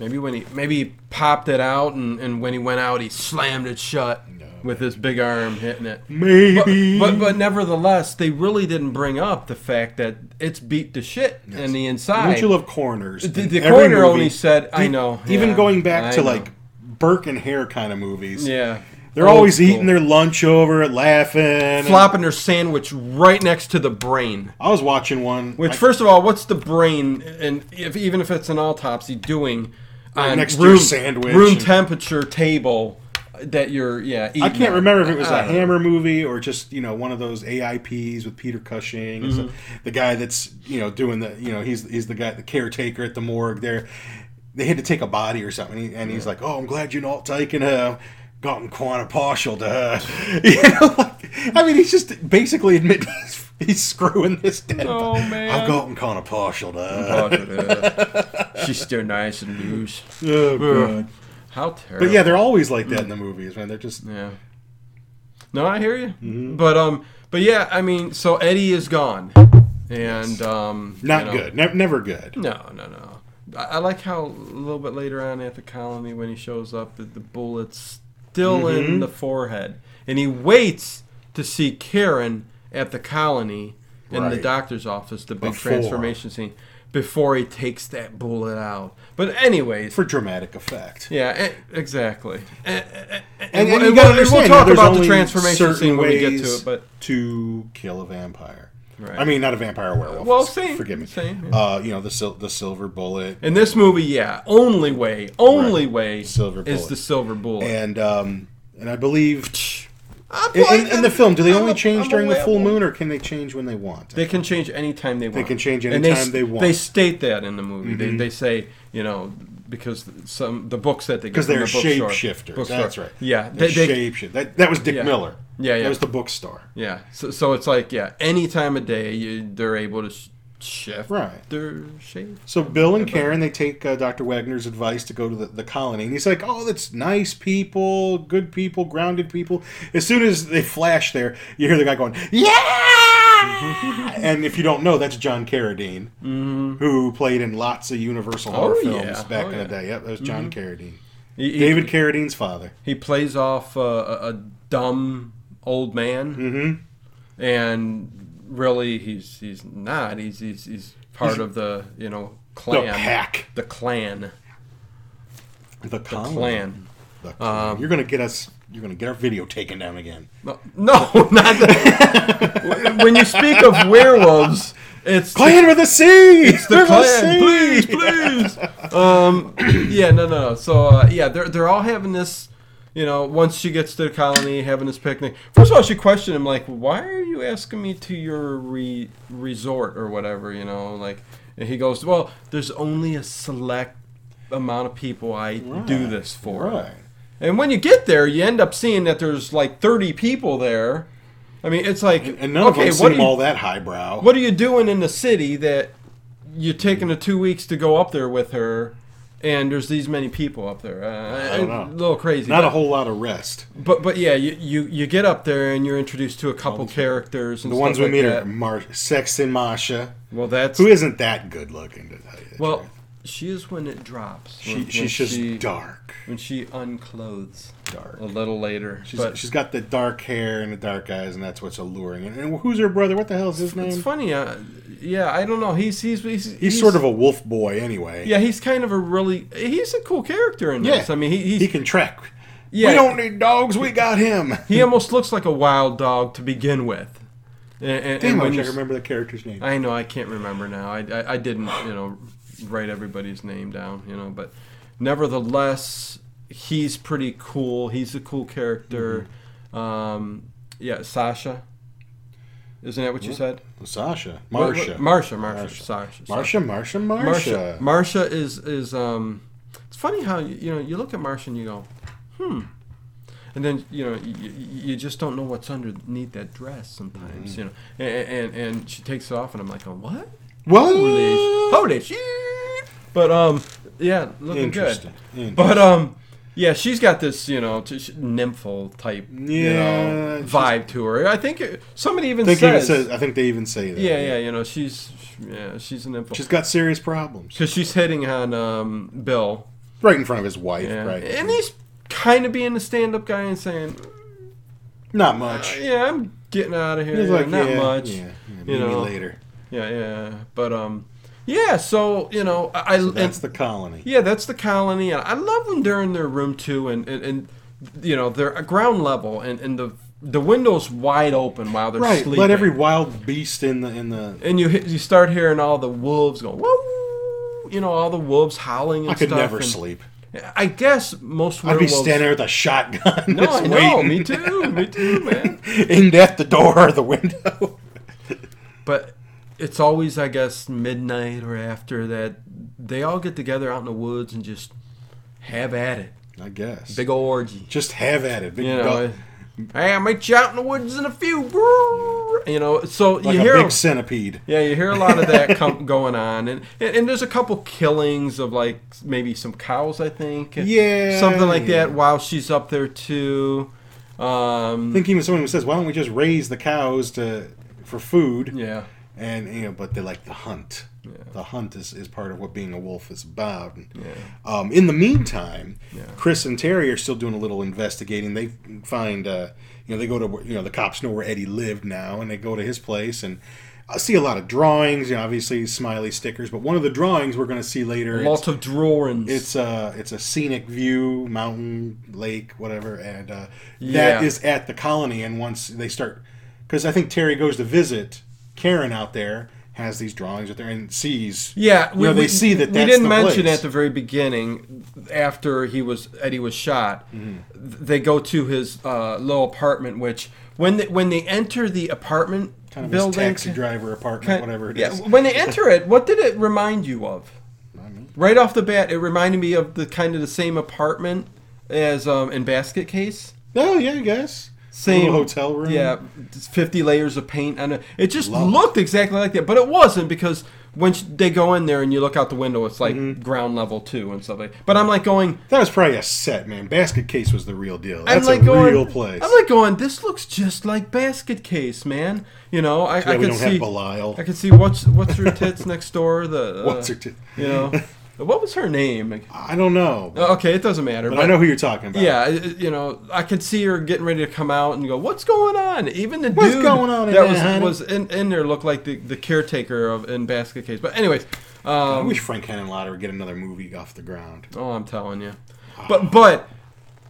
Speaker 1: maybe when he maybe he popped it out, and, and when he went out, he slammed it shut with his big arm hitting it.
Speaker 2: Maybe.
Speaker 1: But but nevertheless, they really didn't bring up the fact that it's beat to shit in the inside.
Speaker 2: Don't you love coroners?
Speaker 1: The-
Speaker 2: In
Speaker 1: the
Speaker 2: every
Speaker 1: coroner only said, "I know,
Speaker 2: Even
Speaker 1: yeah,
Speaker 2: going back
Speaker 1: I
Speaker 2: to
Speaker 1: know."
Speaker 2: like Burke and Hare kind of movies.
Speaker 1: yeah,
Speaker 2: They're
Speaker 1: Old
Speaker 2: always
Speaker 1: school.
Speaker 2: eating their lunch over it, laughing. and-
Speaker 1: flopping their sandwich right next to the brain.
Speaker 2: I was watching one.
Speaker 1: Which,
Speaker 2: I-
Speaker 1: first of all, what's the brain, and if, even if it's an autopsy, doing on
Speaker 2: next to your
Speaker 1: room,
Speaker 2: sandwich
Speaker 1: room
Speaker 2: and-
Speaker 1: temperature table that you're yeah. Eating
Speaker 2: I can't
Speaker 1: on.
Speaker 2: remember if it was
Speaker 1: I
Speaker 2: a
Speaker 1: don't know.
Speaker 2: Hammer movie or just you know one of those AIPs with Peter Cushing, and so-
Speaker 1: Mm-hmm.
Speaker 2: the guy that's you know doing the you know he's he's the guy the caretaker at the morgue there. They had to take a body or something, and, he, and he's like, "Oh, I'm glad you're not taking her." Gotten quite a partial to her. You know, like, I mean, he's just basically admitting he's, he's screwing this dead.
Speaker 1: Oh,
Speaker 2: body.
Speaker 1: man.
Speaker 2: I've gotten kind of partial to
Speaker 1: Oh,
Speaker 2: her.
Speaker 1: She's still nice and loose.
Speaker 2: Oh, God.
Speaker 1: How terrible.
Speaker 2: But yeah, they're always like
Speaker 1: Mm.
Speaker 2: that in the movies, man. They're just
Speaker 1: Yeah. No, I hear you.
Speaker 2: Mm-hmm.
Speaker 1: But um, but yeah, I mean, so Eddie is gone, and um, you
Speaker 2: not
Speaker 1: know.
Speaker 2: good. Ne- never good.
Speaker 1: No, no, no. I, I like how a little bit later on at the colony when he shows up, that the bullet's still
Speaker 2: Mm-hmm.
Speaker 1: in the forehead, and he waits to see Karen at the colony in the
Speaker 2: Right.
Speaker 1: doctor's office, the big
Speaker 2: Before.
Speaker 1: transformation scene, before he takes that bullet out. But anyways.
Speaker 2: For dramatic effect.
Speaker 1: yeah, e- exactly. And,
Speaker 2: and,
Speaker 1: we'll,
Speaker 2: and you
Speaker 1: and we'll-
Speaker 2: gotta
Speaker 1: and we'll
Speaker 2: understand,
Speaker 1: talk
Speaker 2: there's
Speaker 1: about the
Speaker 2: only
Speaker 1: transformation
Speaker 2: certain
Speaker 1: scene when we get to
Speaker 2: ways
Speaker 1: it, but
Speaker 2: to kill a vampire.
Speaker 1: Right.
Speaker 2: I mean, not a vampire a werewolf.
Speaker 1: Well,
Speaker 2: It's-
Speaker 1: same,
Speaker 2: Forgive me.
Speaker 1: same,
Speaker 2: Uh, you know the sil- the silver bullet
Speaker 1: in this movie, yeah, only way, only
Speaker 2: Right.
Speaker 1: way
Speaker 2: Silver
Speaker 1: is
Speaker 2: bullet.
Speaker 1: the silver bullet.
Speaker 2: and um and I believe
Speaker 1: I'm
Speaker 2: in, in,
Speaker 1: like-
Speaker 2: in the film, do they
Speaker 1: I'm
Speaker 2: only
Speaker 1: a-
Speaker 2: change
Speaker 1: I'm a
Speaker 2: during the full
Speaker 1: werewolf.
Speaker 2: moon, or can they change when they want?
Speaker 1: They can change anytime they want.
Speaker 2: can change
Speaker 1: And they
Speaker 2: anytime
Speaker 1: s-
Speaker 2: they want. Mm-hmm.
Speaker 1: They state that in the movie. They, they say, you know, because some the books that they get
Speaker 2: Because
Speaker 1: from
Speaker 2: they're
Speaker 1: the bookstore-
Speaker 2: shapeshifters.
Speaker 1: bookstore.
Speaker 2: That's right.
Speaker 1: Yeah,
Speaker 2: They're
Speaker 1: they- they-
Speaker 2: shapeshift- That, that was Dick
Speaker 1: Yeah.
Speaker 2: Miller.
Speaker 1: Yeah, yeah.
Speaker 2: That was the bookstore.
Speaker 1: yeah. So, so it's like yeah, any time of day you, they're able to sh- Shift
Speaker 2: Right.
Speaker 1: their shape.
Speaker 2: So Bill and Karen, they take uh, Dr. Wagner's advice to go to the, the colony. And he's like, oh, that's nice people, good people, grounded people. As soon as they flash there, you hear the guy going, yeah!
Speaker 1: Mm-hmm.
Speaker 2: and if you don't know, that's John Carradine, who played in lots of Universal horror
Speaker 1: Oh,
Speaker 2: films
Speaker 1: yeah.
Speaker 2: back
Speaker 1: Oh,
Speaker 2: in
Speaker 1: yeah. Mm-hmm.
Speaker 2: the day. Yep, that was John Carradine.
Speaker 1: He, he-
Speaker 2: David Carradine's father.
Speaker 1: he plays off a, a, a dumb old man,
Speaker 2: Mm-hmm.
Speaker 1: and really he's he's not. He's he's, he's part of the you know clan,
Speaker 2: The pack.
Speaker 1: the clan,
Speaker 2: The
Speaker 1: the Um,
Speaker 2: colony.
Speaker 1: clan.
Speaker 2: The colony. you're going to get us, you're going to get our video taken down again.
Speaker 1: No, no, not that. when you speak of werewolves, it's
Speaker 2: Clan with a C!
Speaker 1: It's the clan, please, please. um, yeah, no, no, no. So uh, yeah, they're they're all having this. You know, once she gets to the colony, having this picnic. First of all, she questioned him like, "Why are you asking me to your re- resort or whatever?" You know, like, and he goes, "Well, there's only a select amount of people I do
Speaker 2: Right,
Speaker 1: this for."
Speaker 2: Right.
Speaker 1: And when you get there, you end up seeing that there's like 30 people there. I mean, it's like,
Speaker 2: And none
Speaker 1: okay,
Speaker 2: of them
Speaker 1: what
Speaker 2: seem
Speaker 1: do you
Speaker 2: all that highbrow.
Speaker 1: what are you doing in the city that you're taking the two weeks to go up there with her and there's these many people up there uh,
Speaker 2: I don't
Speaker 1: a
Speaker 2: know.
Speaker 1: little crazy
Speaker 2: Not
Speaker 1: but,
Speaker 2: a whole lot of rest.
Speaker 1: but but yeah you, you you get up there and you're introduced to a couple characters and
Speaker 2: The ones we
Speaker 1: stuff like
Speaker 2: meet
Speaker 1: that.
Speaker 2: are Mar- Sexton Masha,
Speaker 1: well that's
Speaker 2: who isn't that good looking to tell you. the
Speaker 1: well
Speaker 2: truth.
Speaker 1: she is when it drops
Speaker 2: she,
Speaker 1: when, when
Speaker 2: she's just
Speaker 1: she,
Speaker 2: dark,
Speaker 1: when she unclothes
Speaker 2: dark.
Speaker 1: a little later
Speaker 2: She's,
Speaker 1: but
Speaker 2: she's got the dark hair and the dark eyes, and that's what's alluring. And, and who's her brother? What the hell is his name?
Speaker 1: it's funny uh, yeah i don't know he's he's he's,
Speaker 2: He's, sort of a wolf boy, anyway.
Speaker 1: yeah he's kind of a really he's a cool character in this
Speaker 2: Yeah.
Speaker 1: i mean he, he's
Speaker 2: He can track.
Speaker 1: Yeah.
Speaker 2: We don't need dogs. We got him.
Speaker 1: He almost looks like a wild dog to begin with. And, and- and
Speaker 2: Damn, I
Speaker 1: when
Speaker 2: wish I
Speaker 1: you
Speaker 2: could
Speaker 1: s-
Speaker 2: remember the character's name.
Speaker 1: I know I can't remember now. I, I, I didn't you know write everybody's name down. You know, but nevertheless, he's pretty cool. He's a cool character.
Speaker 2: Mm-hmm.
Speaker 1: Um, yeah, Sasha. Isn't that what you said?
Speaker 2: Sasha,
Speaker 1: What- what-
Speaker 2: Marsha,
Speaker 1: Marsha. Marsha. Sasha. Sasha.
Speaker 2: Marsha, Marsha,
Speaker 1: Marsha.
Speaker 2: Marsha.
Speaker 1: Marsha is is um. It's funny how you, you know you look at Marsha and you go, hmm, and then you know you, you just don't know what's underneath that dress sometimes.
Speaker 2: Mm-hmm.
Speaker 1: You know, and, and and she takes it off and I'm like, oh, what?
Speaker 2: What?
Speaker 1: Holy, sh- holy shit! But um, yeah, looking good.
Speaker 2: Interesting. Interesting.
Speaker 1: But um, yeah, she's got this you know t- sh- nymphal type you
Speaker 2: Yeah,
Speaker 1: know,
Speaker 2: she's-
Speaker 1: vibe to her. I think it, somebody even
Speaker 2: I think, even
Speaker 1: says,
Speaker 2: says, I think they even say that.
Speaker 1: yeah, yeah, you know, she's yeah, she's an nymphal.
Speaker 2: She's got serious problems.
Speaker 1: Because she's hitting on um, Bill.
Speaker 2: Right in front of his wife,
Speaker 1: Yeah.
Speaker 2: right?
Speaker 1: And he's kind of being a stand up guy and saying, "Uh,
Speaker 2: Not much.
Speaker 1: yeah, I'm getting out of here.
Speaker 2: He's like,
Speaker 1: Not
Speaker 2: yeah,
Speaker 1: much.
Speaker 2: Yeah, yeah, meet me
Speaker 1: know.
Speaker 2: later.
Speaker 1: Yeah, yeah. But, um, yeah, so, you know, I. I
Speaker 2: That's
Speaker 1: and-
Speaker 2: the colony.
Speaker 1: yeah, that's the colony. And I love when they're in their room, too. And, and, and you know, they're at ground level and, and the the window's wide open while they're
Speaker 2: Right.
Speaker 1: sleeping.
Speaker 2: Let every wild beast in the in the.
Speaker 1: and you hit- you start hearing all the wolves go, woo! You know, all the wolves howling and
Speaker 2: I could
Speaker 1: stuff.
Speaker 2: never
Speaker 1: and-
Speaker 2: sleep.
Speaker 1: I guess most
Speaker 2: I'd be
Speaker 1: werewolves.
Speaker 2: standing there with a shotgun.
Speaker 1: no,
Speaker 2: just
Speaker 1: I know.
Speaker 2: waiting.
Speaker 1: Me too. Me too, man.
Speaker 2: Aimed at the door or the window.
Speaker 1: But it's always, I guess, midnight or after that. They all get together out in the woods and just have at it.
Speaker 2: I guess.
Speaker 1: Big ol' orgy.
Speaker 2: Just have at it. Big
Speaker 1: You
Speaker 2: dog-
Speaker 1: know. Hey, I'll meet you out in the woods in a few. Brrr. You know, so
Speaker 2: like
Speaker 1: you
Speaker 2: a
Speaker 1: hear
Speaker 2: big centipede.
Speaker 1: Yeah, you hear a lot of that com- going on, and, and and there's a couple killings of like maybe some cows, I think, and
Speaker 2: Yeah,
Speaker 1: something like
Speaker 2: yeah.
Speaker 1: that. While she's up there too,
Speaker 2: I
Speaker 1: um,
Speaker 2: think even someone who says, "Why don't we just raise the cows to for food?"
Speaker 1: yeah,
Speaker 2: and you know, but they like the hunt. The hunt is, is part of what being a wolf is about. And, Um, in the meantime, Chris and Terry are still doing a little investigating. They find, uh, you know, they go to you know the cops know where Eddie lived now, and they go to his place and. I see a lot of drawings, you know, obviously smiley stickers, but one of the drawings we're going to see later, it's,
Speaker 1: lots of drawings.
Speaker 2: it's a it's a scenic view, mountain, lake, whatever, and uh,
Speaker 1: Yeah.
Speaker 2: that is at the colony. And once they start, because I think Terry goes to visit Karen out there, has these drawings out there, and sees.
Speaker 1: Yeah,
Speaker 2: you know, they see that
Speaker 1: we
Speaker 2: that's
Speaker 1: didn't
Speaker 2: the
Speaker 1: mention
Speaker 2: place.
Speaker 1: at the very beginning after he was Eddie was shot.
Speaker 2: Mm-hmm.
Speaker 1: th- They go to his uh, little apartment, which when they, when they enter the apartment
Speaker 2: kind of his
Speaker 1: building,
Speaker 2: taxi driver apartment, whatever it
Speaker 1: yeah,
Speaker 2: is.
Speaker 1: when they enter it, what did it remind you of? Right off the bat, it reminded me of the kind of the same apartment as um, in Basket Case.
Speaker 2: Oh yeah, I guess.
Speaker 1: same
Speaker 2: hotel room?
Speaker 1: Yeah, fifty layers of paint, and uh, it just
Speaker 2: Love it.
Speaker 1: looked exactly like that, but it wasn't because when sh- they go in there and you look out the window, it's like
Speaker 2: Mm-hmm.
Speaker 1: ground level too and stuff like. But I'm like going,
Speaker 2: That was probably a set, man. Basket Case was the real deal. That's
Speaker 1: I'm like
Speaker 2: a
Speaker 1: going,
Speaker 2: real place.
Speaker 1: I'm like going, this looks just like Basket Case, man. You know, I, I
Speaker 2: Glad we
Speaker 1: can
Speaker 2: don't have
Speaker 1: see,
Speaker 2: Belial.
Speaker 1: I can see what's what's her tits next door. The uh,
Speaker 2: What's her t-
Speaker 1: you know, what was her name? Uh,
Speaker 2: I don't know, but,
Speaker 1: Okay, it doesn't matter.
Speaker 2: I know who you're talking about.
Speaker 1: Yeah, I- I- you know, I could see her getting ready to come out and go, "What's going on?" Even the
Speaker 2: What's
Speaker 1: dude
Speaker 2: going on in
Speaker 1: that
Speaker 2: there, honey?
Speaker 1: was was in, in there looked like the, the caretaker of in basket case. But anyways,
Speaker 2: I
Speaker 1: um,
Speaker 2: wish Frank Henenlotter would get another movie off the ground.
Speaker 1: oh, I'm telling you, but but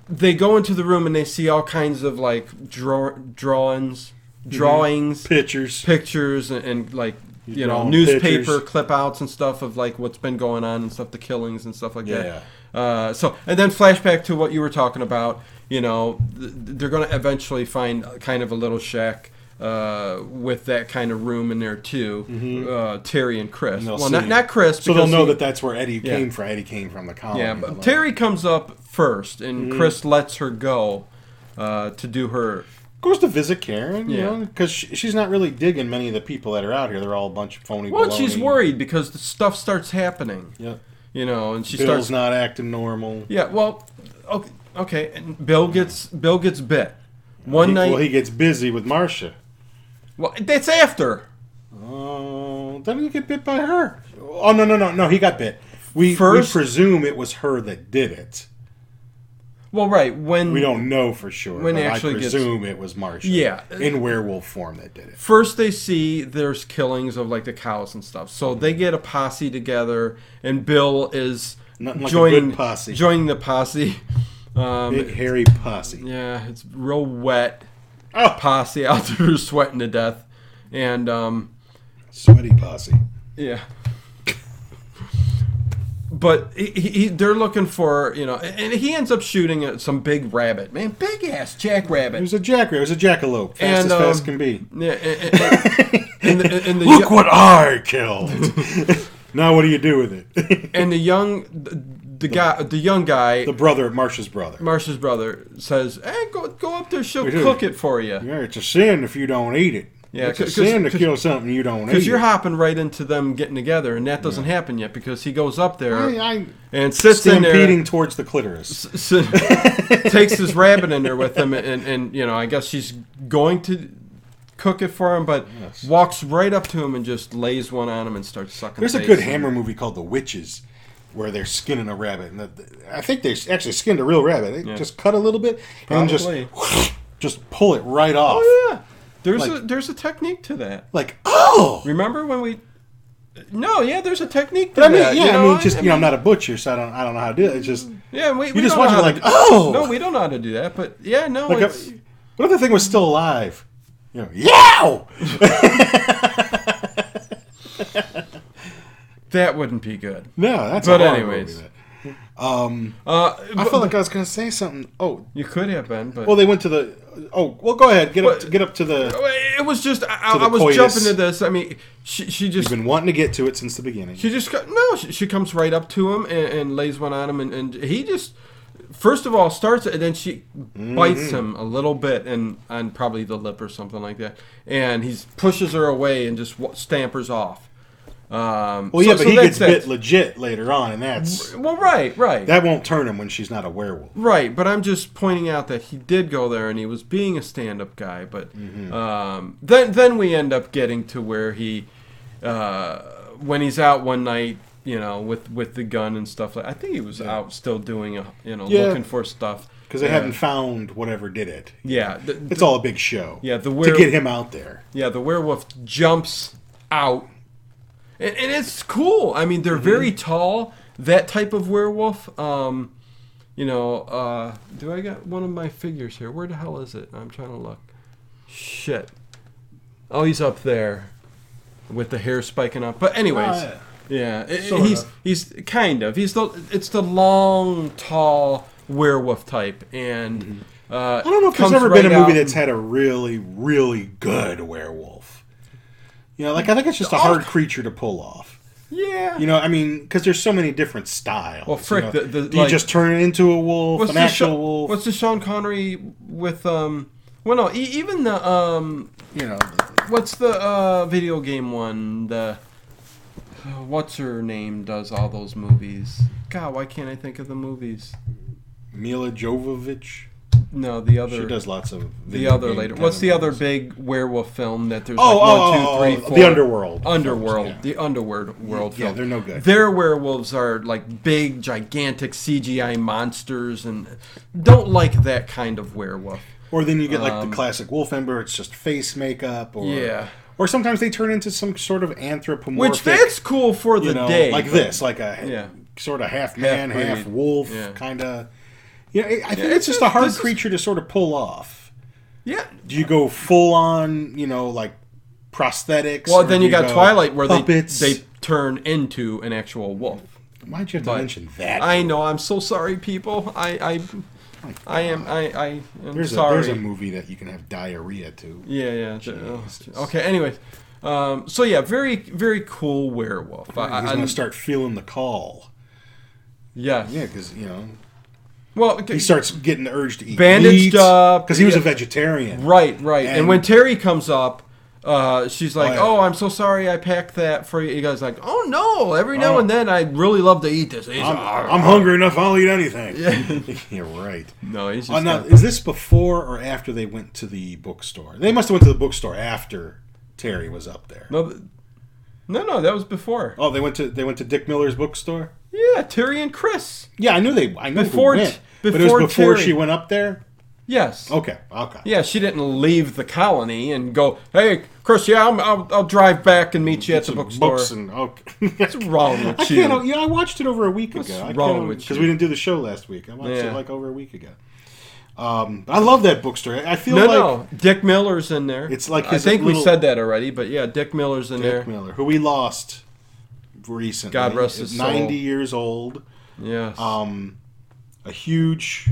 Speaker 1: they go into the room and they see all kinds of like draw drawings,
Speaker 2: Mm-hmm.
Speaker 1: drawings,
Speaker 2: Pictures.
Speaker 1: pictures, and, and like you know
Speaker 2: drawing
Speaker 1: newspaper
Speaker 2: pictures.
Speaker 1: clip outs and stuff of like what's been going on and stuff, the killings and stuff like that.
Speaker 2: Yeah.
Speaker 1: Uh, so and then flashback to what you were talking about. You know, th- they're going to eventually find kind of a little shack uh, with that kind of room in there too. Uh, Terry and Chris.
Speaker 2: Mm-hmm. And they'll
Speaker 1: well,
Speaker 2: see
Speaker 1: not
Speaker 2: you.
Speaker 1: not Chris.
Speaker 2: So they'll
Speaker 1: because
Speaker 2: know
Speaker 1: he-
Speaker 2: that that's where Eddie came from. Eddie came from the colony.
Speaker 1: Yeah,
Speaker 2: of
Speaker 1: but
Speaker 2: the-
Speaker 1: Terry comes up first,
Speaker 2: Mm-hmm.
Speaker 1: and Chris lets her go uh, to do her.
Speaker 2: goes to visit Karen.
Speaker 1: Yeah.
Speaker 2: you know, because she, she's not really digging many of the people that are out here. They're all a bunch of phony.
Speaker 1: Well, she's
Speaker 2: baloney.
Speaker 1: worried because the stuff starts happening.
Speaker 2: Yeah.
Speaker 1: You know, and she
Speaker 2: Bill's
Speaker 1: starts
Speaker 2: not acting normal.
Speaker 1: Yeah, well, okay, okay. And Bill gets Bill gets bit. One
Speaker 2: He-
Speaker 1: night.
Speaker 2: well, he gets busy with Marcia.
Speaker 1: well, that's after.
Speaker 2: Oh, then he get bit by her. Oh no no no no! He got bit. We
Speaker 1: First-
Speaker 2: we presume it was her that did it.
Speaker 1: Well, right when
Speaker 2: We don't know for sure.
Speaker 1: When
Speaker 2: but
Speaker 1: it actually
Speaker 2: I
Speaker 1: gets-
Speaker 2: presume it was Marcia.
Speaker 1: Yeah.
Speaker 2: in werewolf form that did it.
Speaker 1: first they see there's killings of like the cows and stuff, so they get a posse together, and Bill is
Speaker 2: Nothing like a
Speaker 1: joining
Speaker 2: good posse.
Speaker 1: joining the posse. Um,
Speaker 2: Big hairy posse.
Speaker 1: yeah, it's real wet
Speaker 2: Oh,
Speaker 1: posse out there sweating to death, and um,
Speaker 2: sweaty posse.
Speaker 1: Yeah. But he, he, he- they're looking for, you know, and he ends up shooting at some big rabbit. Man, big ass
Speaker 2: It
Speaker 1: jackrabbit.
Speaker 2: was a jack. It was a jackalope. Fast
Speaker 1: And,
Speaker 2: as fast
Speaker 1: um,
Speaker 2: can be.
Speaker 1: Yeah, and, and- and the, and the
Speaker 2: Look
Speaker 1: yo-
Speaker 2: what I killed. now what do you do with it?
Speaker 1: and the young the, the guy the young guy
Speaker 2: the brother, Marcia's brother.
Speaker 1: Marcia's brother says, "Hey, go go up there. She'll
Speaker 2: do.
Speaker 1: cook it for you."
Speaker 2: Yeah, it's a sin if you don't eat it.
Speaker 1: Yeah,
Speaker 2: it's a
Speaker 1: 'cause-
Speaker 2: sin to
Speaker 1: 'cause-
Speaker 2: kill something you don't eat.
Speaker 1: Because you're
Speaker 2: it.
Speaker 1: hopping right into them getting together, and that doesn't happen yet because he goes up there
Speaker 2: I,
Speaker 1: and
Speaker 2: I
Speaker 1: sits in there.
Speaker 2: Oh, stampeding towards the clitoris.
Speaker 1: S- s- takes his rabbit in there with him, and, and you know, I guess she's going to cook it for him, but
Speaker 2: Yes.
Speaker 1: walks right up to him and just lays one on him and starts sucking.
Speaker 2: There's a
Speaker 1: face.
Speaker 2: good Hammer movie called The Witches, where they're skinning a rabbit, and the, the- I think they actually skinned a real rabbit. They just cut a little bit and
Speaker 1: Probably.
Speaker 2: then just just pull it right off.
Speaker 1: Oh yeah, there's a
Speaker 2: Like-
Speaker 1: there's a technique to that.
Speaker 2: Like oh.
Speaker 1: Remember when we? No, yeah, there's a technique to
Speaker 2: But I mean,
Speaker 1: that.
Speaker 2: yeah,
Speaker 1: you
Speaker 2: I
Speaker 1: know,
Speaker 2: mean, just you know, I'm
Speaker 1: mean,
Speaker 2: not a butcher, so I don't, I don't know how to do it. It's just
Speaker 1: Yeah, we, we
Speaker 2: just
Speaker 1: don't
Speaker 2: watch
Speaker 1: know
Speaker 2: it
Speaker 1: how
Speaker 2: like,
Speaker 1: to-
Speaker 2: "Oh!"
Speaker 1: no, we don't know how to do that, but yeah, no,
Speaker 2: like,
Speaker 1: it's,
Speaker 2: a, what if the thing was still alive? You know, yow!
Speaker 1: that wouldn't be good.
Speaker 2: No, that's
Speaker 1: But
Speaker 2: a horror
Speaker 1: anyways.
Speaker 2: movie, that.
Speaker 1: Uh,
Speaker 2: I felt like I was gonna say something. Oh,
Speaker 1: you could have been, but
Speaker 2: well, they went to the. Oh, well, go ahead. Get up.
Speaker 1: What?
Speaker 2: To, get up to the.
Speaker 1: it was just I,
Speaker 2: the
Speaker 1: I was
Speaker 2: coitus.
Speaker 1: jumping to this. I mean, she she just
Speaker 2: You've been wanting to get to it since the beginning.
Speaker 1: She just co- no. She, she comes right up to him and, and lays one on him, and, and he just first of all starts it, and then she
Speaker 2: Mm-hmm.
Speaker 1: bites him a little bit and on probably the lip or something like that, and he pushes her away and just wa- stampers off. Um,
Speaker 2: well,
Speaker 1: so-
Speaker 2: yeah, but
Speaker 1: so
Speaker 2: he
Speaker 1: that's
Speaker 2: gets bit
Speaker 1: it.
Speaker 2: legit later on, and that's
Speaker 1: Well, right, right,
Speaker 2: that won't turn him when she's not a werewolf.
Speaker 1: right. But I'm just pointing out that he did go there and he was being a stand-up guy. But
Speaker 2: Mm-hmm.
Speaker 1: um, then then we end up getting to where he uh, when he's out one night, you know, with with the gun and stuff like. I think he was out still doing, a, you know,
Speaker 2: Yeah.
Speaker 1: looking for stuff
Speaker 2: Because they
Speaker 1: yeah.
Speaker 2: haven't found whatever did it.
Speaker 1: Yeah, the, the-
Speaker 2: It's all a big show.
Speaker 1: Yeah, the
Speaker 2: to
Speaker 1: were-
Speaker 2: get him out there.
Speaker 1: yeah. The werewolf jumps out, and, and it's cool. I mean, they're
Speaker 2: Mm-hmm.
Speaker 1: very tall. That type of werewolf. Um, you know, uh, do I got one of my figures here? Where the hell is it? I'm trying to look. Shit. Oh, he's up there, with the hair spiking up. But anyways.
Speaker 2: Ah,
Speaker 1: Yeah, i- i-
Speaker 2: Sort
Speaker 1: he's
Speaker 2: of.
Speaker 1: he's kind of he's the it's the long, tall werewolf type, and uh,
Speaker 2: I don't know if there's
Speaker 1: comes
Speaker 2: ever been
Speaker 1: right
Speaker 2: a
Speaker 1: out
Speaker 2: movie
Speaker 1: and-
Speaker 2: that's had a really, really good werewolf. You know, like I think it's
Speaker 1: Oh.
Speaker 2: just a hard creature to pull off.
Speaker 1: yeah.
Speaker 2: You know, I mean, because there's so many different styles.
Speaker 1: Well, frick,
Speaker 2: you know.
Speaker 1: the- the-
Speaker 2: do you
Speaker 1: like-
Speaker 2: just turn it into a wolf,
Speaker 1: what's
Speaker 2: an
Speaker 1: the
Speaker 2: actual
Speaker 1: Sha-
Speaker 2: wolf?
Speaker 1: what's the Sean Connery with um Well, no, e- even the um,
Speaker 2: You know,
Speaker 1: what's the uh, video game one? The uh, what's her name does all those movies. God, why can't I think of the movies?
Speaker 2: Mila Jovovich.
Speaker 1: No, the
Speaker 2: She
Speaker 1: other,
Speaker 2: does lots of
Speaker 1: the
Speaker 2: video
Speaker 1: other
Speaker 2: game
Speaker 1: later.
Speaker 2: kind
Speaker 1: What's
Speaker 2: of
Speaker 1: the other
Speaker 2: movies.
Speaker 1: big werewolf film that there's
Speaker 2: Oh,
Speaker 1: like
Speaker 2: oh,
Speaker 1: one, two,
Speaker 2: oh,
Speaker 1: three,
Speaker 2: oh,
Speaker 1: four?
Speaker 2: the Underworld.
Speaker 1: Underworld,
Speaker 2: films,
Speaker 1: the Underworld world
Speaker 2: Yeah,
Speaker 1: film.
Speaker 2: they're no good.
Speaker 1: Their werewolves are like big, gigantic CGI monsters, and don't like that kind of werewolf.
Speaker 2: Or then you get like the classic Wolfember. It's just face makeup. Or,
Speaker 1: Um, Yeah.
Speaker 2: Or sometimes they turn into some sort of anthropomorphic.
Speaker 1: Which that's cool for the
Speaker 2: you know,
Speaker 1: day,
Speaker 2: like
Speaker 1: but-
Speaker 2: this, like a
Speaker 1: Yeah.
Speaker 2: sort of half man, half,
Speaker 1: breed.
Speaker 2: wolf
Speaker 1: Yeah.
Speaker 2: kind of. You know, I think
Speaker 1: it's
Speaker 2: it's just a
Speaker 1: just-
Speaker 2: hard
Speaker 1: this is-
Speaker 2: creature to sort of pull off.
Speaker 1: Yeah.
Speaker 2: Do you go full on, you know, like prosthetics?
Speaker 1: Well,
Speaker 2: or
Speaker 1: then
Speaker 2: do
Speaker 1: you got
Speaker 2: go
Speaker 1: Twilight where
Speaker 2: puppets?
Speaker 1: they they turn into an actual wolf.
Speaker 2: Why'd you have to
Speaker 1: but-
Speaker 2: mention that?
Speaker 1: I know. I'm so sorry, people. I I, I am. I I am
Speaker 2: there's
Speaker 1: sorry.
Speaker 2: A, there's a movie that you can have diarrhea to.
Speaker 1: Yeah, yeah. the- oh,
Speaker 2: Jesus.
Speaker 1: okay. Anyways, um, so yeah, very, very cool werewolf. I, I,
Speaker 2: He's
Speaker 1: I'm-
Speaker 2: gonna start feeling the call.
Speaker 1: yes.
Speaker 2: Yeah, because you know
Speaker 1: Well,
Speaker 2: he starts getting the urge to eat.
Speaker 1: Bandaged up.
Speaker 2: because he was a
Speaker 1: Yeah.
Speaker 2: vegetarian.
Speaker 1: right, right. And,
Speaker 2: and-
Speaker 1: when Terry comes up, uh, she's like,
Speaker 2: Oh,
Speaker 1: oh,
Speaker 2: yeah.
Speaker 1: I'm so sorry, I packed that for you." You guys like, "Oh no!" Every now
Speaker 2: Oh.
Speaker 1: and then, I really love to eat this. He's
Speaker 2: I'm,
Speaker 1: like,
Speaker 2: I'm hungry enough. I'll eat anything. Yeah, right.
Speaker 1: no, he's just.
Speaker 2: Oh, now,
Speaker 1: kinda-
Speaker 2: is this before or after they went to the bookstore? They must have went to the bookstore after Terry was up there.
Speaker 1: No, th- no, no, that was before.
Speaker 2: Oh, they went to they went to Dick Miller's bookstore.
Speaker 1: Yeah, Terry and Chris.
Speaker 2: Yeah, I knew they. I knew
Speaker 1: Before
Speaker 2: before
Speaker 1: t-
Speaker 2: who went, but it
Speaker 1: before
Speaker 2: was before
Speaker 1: Terry.
Speaker 2: she went up there.
Speaker 1: Yes.
Speaker 2: Okay, okay.
Speaker 1: Yeah, she didn't leave the colony and go, "Hey, Chris, yeah, I'm, I'll, I'll drive back and meet you at the
Speaker 2: Some
Speaker 1: bookstore."
Speaker 2: Books and okay.
Speaker 1: What's wrong
Speaker 2: I
Speaker 1: with you?
Speaker 2: can't. Yeah, I watched it over a week ago. I
Speaker 1: wrong with
Speaker 2: Because
Speaker 1: you?
Speaker 2: we didn't do the show last week. I watched
Speaker 1: Yeah.
Speaker 2: it like over a week ago. Um, I love that bookstore. I feel
Speaker 1: No,
Speaker 2: like
Speaker 1: no. Dick Miller's in there.
Speaker 2: It's like
Speaker 1: I
Speaker 2: his
Speaker 1: think we
Speaker 2: little-
Speaker 1: said that already, but yeah, Dick Miller's in there.
Speaker 2: Dick Miller, who we lost recently.
Speaker 1: God rest his soul.
Speaker 2: Ninety years old.
Speaker 1: Yes.
Speaker 2: Um, a huge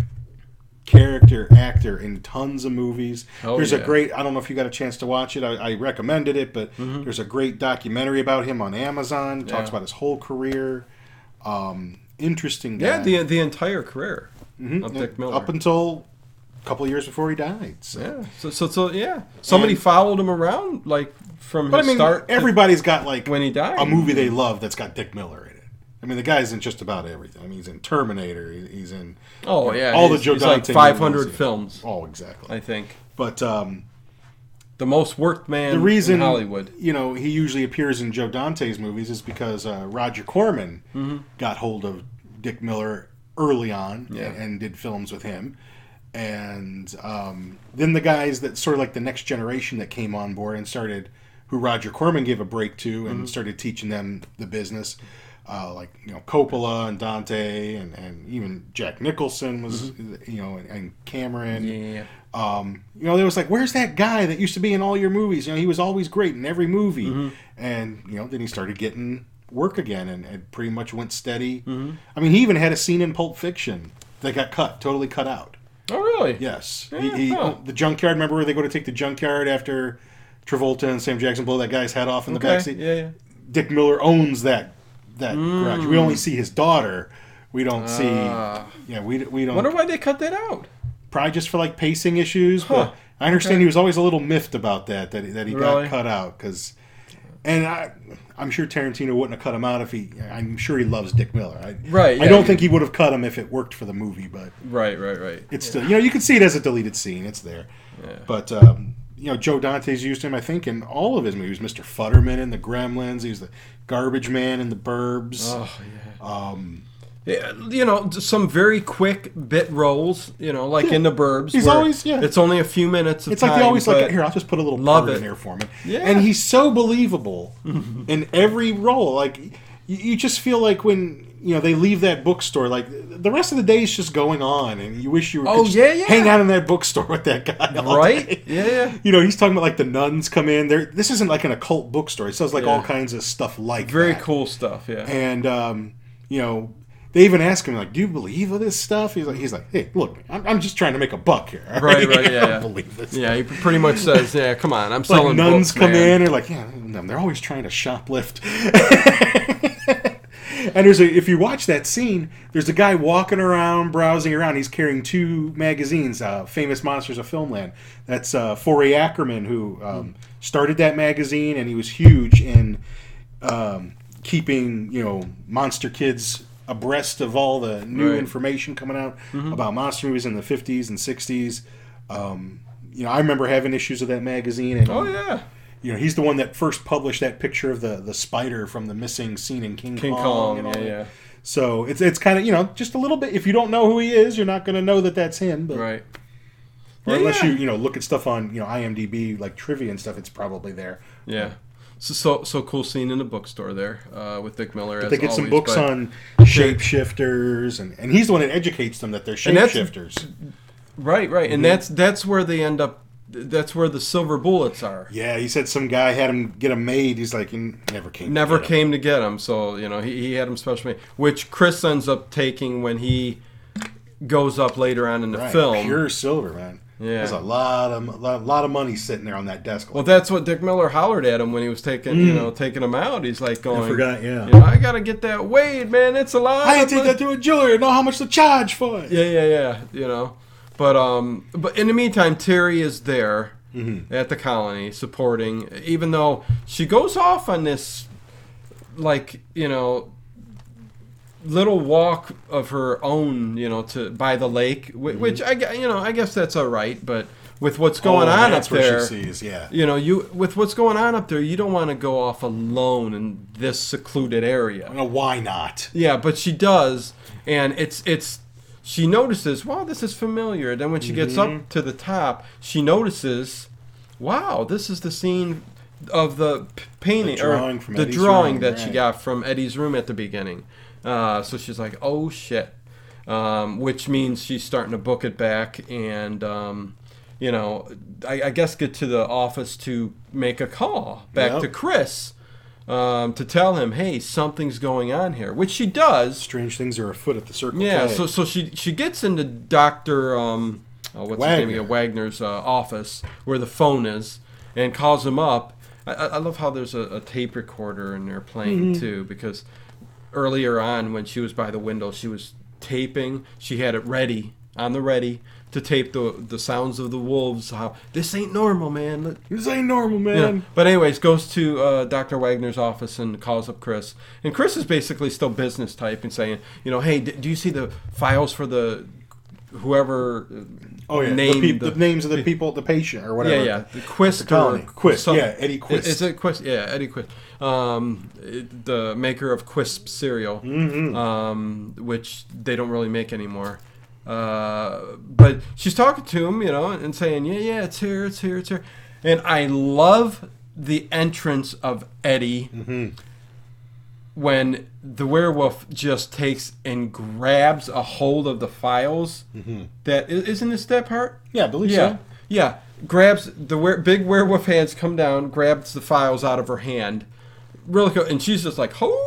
Speaker 2: character actor in tons of movies.
Speaker 1: Oh,
Speaker 2: there's
Speaker 1: yeah.
Speaker 2: a great. I don't know if you got a chance to watch it. I, I recommended it, but there's a great documentary about him on Amazon. Talks
Speaker 1: Mm-hmm. Yeah.
Speaker 2: about his whole career. Um, interesting guy.
Speaker 1: yeah, the the entire career of
Speaker 2: Yeah,
Speaker 1: Dick Miller.
Speaker 2: Mm-hmm. Up until a couple of years before he died. So.
Speaker 1: yeah. So, so so yeah, somebody
Speaker 2: And-
Speaker 1: followed him around like from
Speaker 2: But I
Speaker 1: his
Speaker 2: mean,
Speaker 1: start to
Speaker 2: everybody's got like
Speaker 1: when he died.
Speaker 2: a movie they love that's got Dick Miller in it. I mean, the guy's in just about everything. I mean, he's in Terminator. he- He's in
Speaker 1: Oh yeah,
Speaker 2: all the
Speaker 1: he's-
Speaker 2: Joe
Speaker 1: he's like
Speaker 2: Dante
Speaker 1: five hundred
Speaker 2: movies.
Speaker 1: films,
Speaker 2: oh, exactly.
Speaker 1: I think.
Speaker 2: But um,
Speaker 1: The most worked man
Speaker 2: the reason
Speaker 1: in Hollywood.
Speaker 2: you know, he usually appears in Joe Dante's movies is because uh, Roger Corman
Speaker 1: Mm-hmm.
Speaker 2: got hold of Dick Miller early on
Speaker 1: Yeah.
Speaker 2: and, and did films with him. And um, then the guys that sort of like the next generation that came on board and started, who Roger Corman gave a break to
Speaker 1: Mm-hmm.
Speaker 2: and started teaching them the business, uh, like you know Coppola and Dante and, and even Jack Nicholson was you know and, and Cameron
Speaker 1: Mm-hmm. Yeah.
Speaker 2: um, you know, there was like, where's that guy that used to be in all your movies? You know, he was always great in every movie.
Speaker 1: Mm-hmm.
Speaker 2: And, you know, then he started getting work again and, and pretty much went steady.
Speaker 1: Mm-hmm.
Speaker 2: I mean, he even had a scene in Pulp Fiction that got cut, totally cut out.
Speaker 1: Oh really?
Speaker 2: Yes. He, he, oh,
Speaker 1: Yeah, huh.
Speaker 2: The junkyard, remember where they go to take the junkyard after Travolta and Sam Jackson blow that guy's head off in the
Speaker 1: Okay.
Speaker 2: backseat?
Speaker 1: Yeah, yeah.
Speaker 2: Dick Miller owns that that garage. We only see his daughter. We don't
Speaker 1: Mm. Ah.
Speaker 2: see. Yeah, we, we don't.
Speaker 1: Wonder why they cut that out.
Speaker 2: probably just for like pacing issues.
Speaker 1: Huh.
Speaker 2: But I understand
Speaker 1: Okay.
Speaker 2: he was always a little miffed about that that that he
Speaker 1: Really?
Speaker 2: got cut out because. And I, I'm sure Tarantino wouldn't have cut him out if he. I'm sure he loves Dick Miller. I,
Speaker 1: Right,
Speaker 2: I
Speaker 1: yeah.
Speaker 2: don't think he would have cut him if it worked for the movie, but
Speaker 1: Right, right, right.
Speaker 2: it's still. You know, you can see it as a deleted scene. It's there.
Speaker 1: Yeah.
Speaker 2: But um, you know, Joe Dante's used him. I think in all of his movies, Mr. Futterman in The Gremlins. He's the garbage man in The Burbs.
Speaker 1: Oh yeah.
Speaker 2: um,
Speaker 1: Yeah, you know, some very quick bit rolls, you know, like in the burbs.
Speaker 2: He's
Speaker 1: where
Speaker 2: always- yeah.
Speaker 1: It's only a few minutes of
Speaker 2: It's like they
Speaker 1: time,
Speaker 2: always
Speaker 1: but-
Speaker 2: like here. I'll just put a little
Speaker 1: Love
Speaker 2: part
Speaker 1: it.
Speaker 2: in here for me.
Speaker 1: Yeah.
Speaker 2: and he's so believable in every role. Like you, you just feel like when you know they leave that bookstore, like the rest of the day is just going on, and you wish you were
Speaker 1: Oh,
Speaker 2: just
Speaker 1: yeah, yeah.
Speaker 2: hang out in that bookstore with that guy, all
Speaker 1: Right?
Speaker 2: day.
Speaker 1: Yeah, yeah.
Speaker 2: You know, he's talking about like the nuns come in. There, this isn't like an occult bookstore. It sells like all
Speaker 1: Yeah.
Speaker 2: kinds of stuff like
Speaker 1: Very
Speaker 2: that.
Speaker 1: cool stuff, yeah.
Speaker 2: And um, you know, they even ask him like, "Do you believe all this stuff?" He's like, "He's like, hey, look, I'm, I'm just trying to make a buck here. all
Speaker 1: Right, right,
Speaker 2: I
Speaker 1: yeah,
Speaker 2: don't
Speaker 1: yeah.
Speaker 2: believe this.
Speaker 1: yeah, he pretty much says, "Yeah, come on, I'm
Speaker 2: like
Speaker 1: selling
Speaker 2: nuns
Speaker 1: books,
Speaker 2: come
Speaker 1: man."
Speaker 2: in and like yeah they're always trying to shoplift And there's a if you watch that scene, there's a guy walking around, browsing around. He's carrying two magazines, uh, famous monsters of filmland. That's uh, Forey Ackerman who um, started that magazine, and he was huge in um, keeping you know monster kids abreast of all the new
Speaker 1: Right. Mm-hmm.
Speaker 2: information coming out about monster movies in the 50s and 60s. Um, you know, I remember having issues of that magazine, and
Speaker 1: Oh yeah,
Speaker 2: you know, he's the one that first published that picture of the the spider from the missing scene in King,
Speaker 1: King
Speaker 2: Kong.
Speaker 1: Kong.
Speaker 2: and all
Speaker 1: yeah,
Speaker 2: that.
Speaker 1: yeah.
Speaker 2: So it's it's kind of you know just a little bit. If you don't know who he is, you're not going to know that that's him. But
Speaker 1: Right.
Speaker 2: or
Speaker 1: Yeah,
Speaker 2: unless
Speaker 1: yeah.
Speaker 2: you you know look at stuff on you know IMDb like trivia and stuff, it's probably there.
Speaker 1: Yeah. So, so so cool scene in the bookstore there uh, with Dick Miller. as
Speaker 2: They get some
Speaker 1: always,
Speaker 2: books
Speaker 1: but-
Speaker 2: on shapeshifters, and, and he's the one that educates them that they're
Speaker 1: And that's-
Speaker 2: shapeshifters.
Speaker 1: Right, right, and that's that's where they end up. That's where the silver bullets are.
Speaker 2: Yeah, he said some guy had him get a maid. He's like, he never came. to
Speaker 1: Never
Speaker 2: get him."
Speaker 1: came to get him, so you know he, he had him special made, which Chris ends up taking when he goes up later on in the
Speaker 2: Right,
Speaker 1: film.
Speaker 2: Pure silver, man.
Speaker 1: Yeah.
Speaker 2: There's a lot of a lot, lot of money sitting there on that desk.
Speaker 1: Well, that's what Dick Miller hollered at him when he was taking you know taking him out. He's like going,
Speaker 2: Mm. forgot, yeah.
Speaker 1: you know, I gotta get that weighed, man. It's a lot.
Speaker 2: I
Speaker 1: of
Speaker 2: ain't take
Speaker 1: money."
Speaker 2: that to a jeweler. Know how much to charge for it.
Speaker 1: Yeah, yeah, yeah. You know, but um, but in the meantime, Terry is there
Speaker 2: Mm-hmm.
Speaker 1: at the colony supporting, even though she goes off on this, like you know, little walk of her own, you know, to by the lake, whi- which I gue- you know I guess that's all right, but with what's going
Speaker 2: Mm-hmm. Oh,
Speaker 1: on
Speaker 2: that's
Speaker 1: up
Speaker 2: where
Speaker 1: there.
Speaker 2: She sees, yeah.
Speaker 1: You know, you with what's going on up there, you don't want to go off alone in this secluded area.
Speaker 2: Now, why not?
Speaker 1: Yeah, but she does, and it's it's she notices. Wow, this is familiar. Then when she gets
Speaker 2: Mm-hmm.
Speaker 1: up to the top, she notices. Wow, this is the scene of the p- painting
Speaker 2: The drawing
Speaker 1: or
Speaker 2: from
Speaker 1: the
Speaker 2: Eddie's
Speaker 1: drawing
Speaker 2: room,
Speaker 1: that she
Speaker 2: right.
Speaker 1: got from Eddie's room at the beginning. Uh, so she's like, "Oh shit," um, which means she's starting to book it back, and um, you know, I, I guess get to the office to make a call back
Speaker 2: Yep.
Speaker 1: to Chris um, to tell him, "Hey, something's going on here," which she does.
Speaker 2: Strange things are afoot at the circle.
Speaker 1: Yeah,
Speaker 2: K.
Speaker 1: so so she she gets into Doctor um, oh, what's his name
Speaker 2: Wagner.
Speaker 1: again? Wagner's uh, office where the phone is, and calls him up. I, I I love how there's a, a tape recorder in there playing too, because earlier on when she was by the window, she was taping. She had it ready on the ready to tape the the sounds of the wolves. How this ain't normal, man. Look,
Speaker 2: this ain't normal,
Speaker 1: yeah.
Speaker 2: man.
Speaker 1: But anyways, goes to uh, Dr. Wagner's office and calls up Chris. And Chris is basically still business type and saying, you know, hey, d- do you see the files for the whoever? uh,
Speaker 2: Oh yeah,
Speaker 1: named
Speaker 2: the, peop-
Speaker 1: the-
Speaker 2: the names of the people, the patient or whatever.
Speaker 1: yeah, yeah, the Quist
Speaker 2: colony.
Speaker 1: or
Speaker 2: Quist,
Speaker 1: some-
Speaker 2: yeah, Eddie Quist.
Speaker 1: Is it Quist? Yeah, Eddie Quist. Um, it- the maker of Quisp cereal,
Speaker 2: Mm-hmm.
Speaker 1: um, which they don't really make anymore. Uh, but she's talking to him, you know, and saying, "Yeah, yeah, it's here, it's here, it's here," and I love the entrance of Eddie
Speaker 2: Mm-hmm.
Speaker 1: when the werewolf just takes and grabs a hold of the files.
Speaker 2: Mm-hmm.
Speaker 1: That isn't this that part?
Speaker 2: Yeah, I believe
Speaker 1: Yeah,
Speaker 2: so.
Speaker 1: yeah. Grabs the were- big werewolf hands come down, grabs the files out of her hand, really, co- and she's just like, "Holy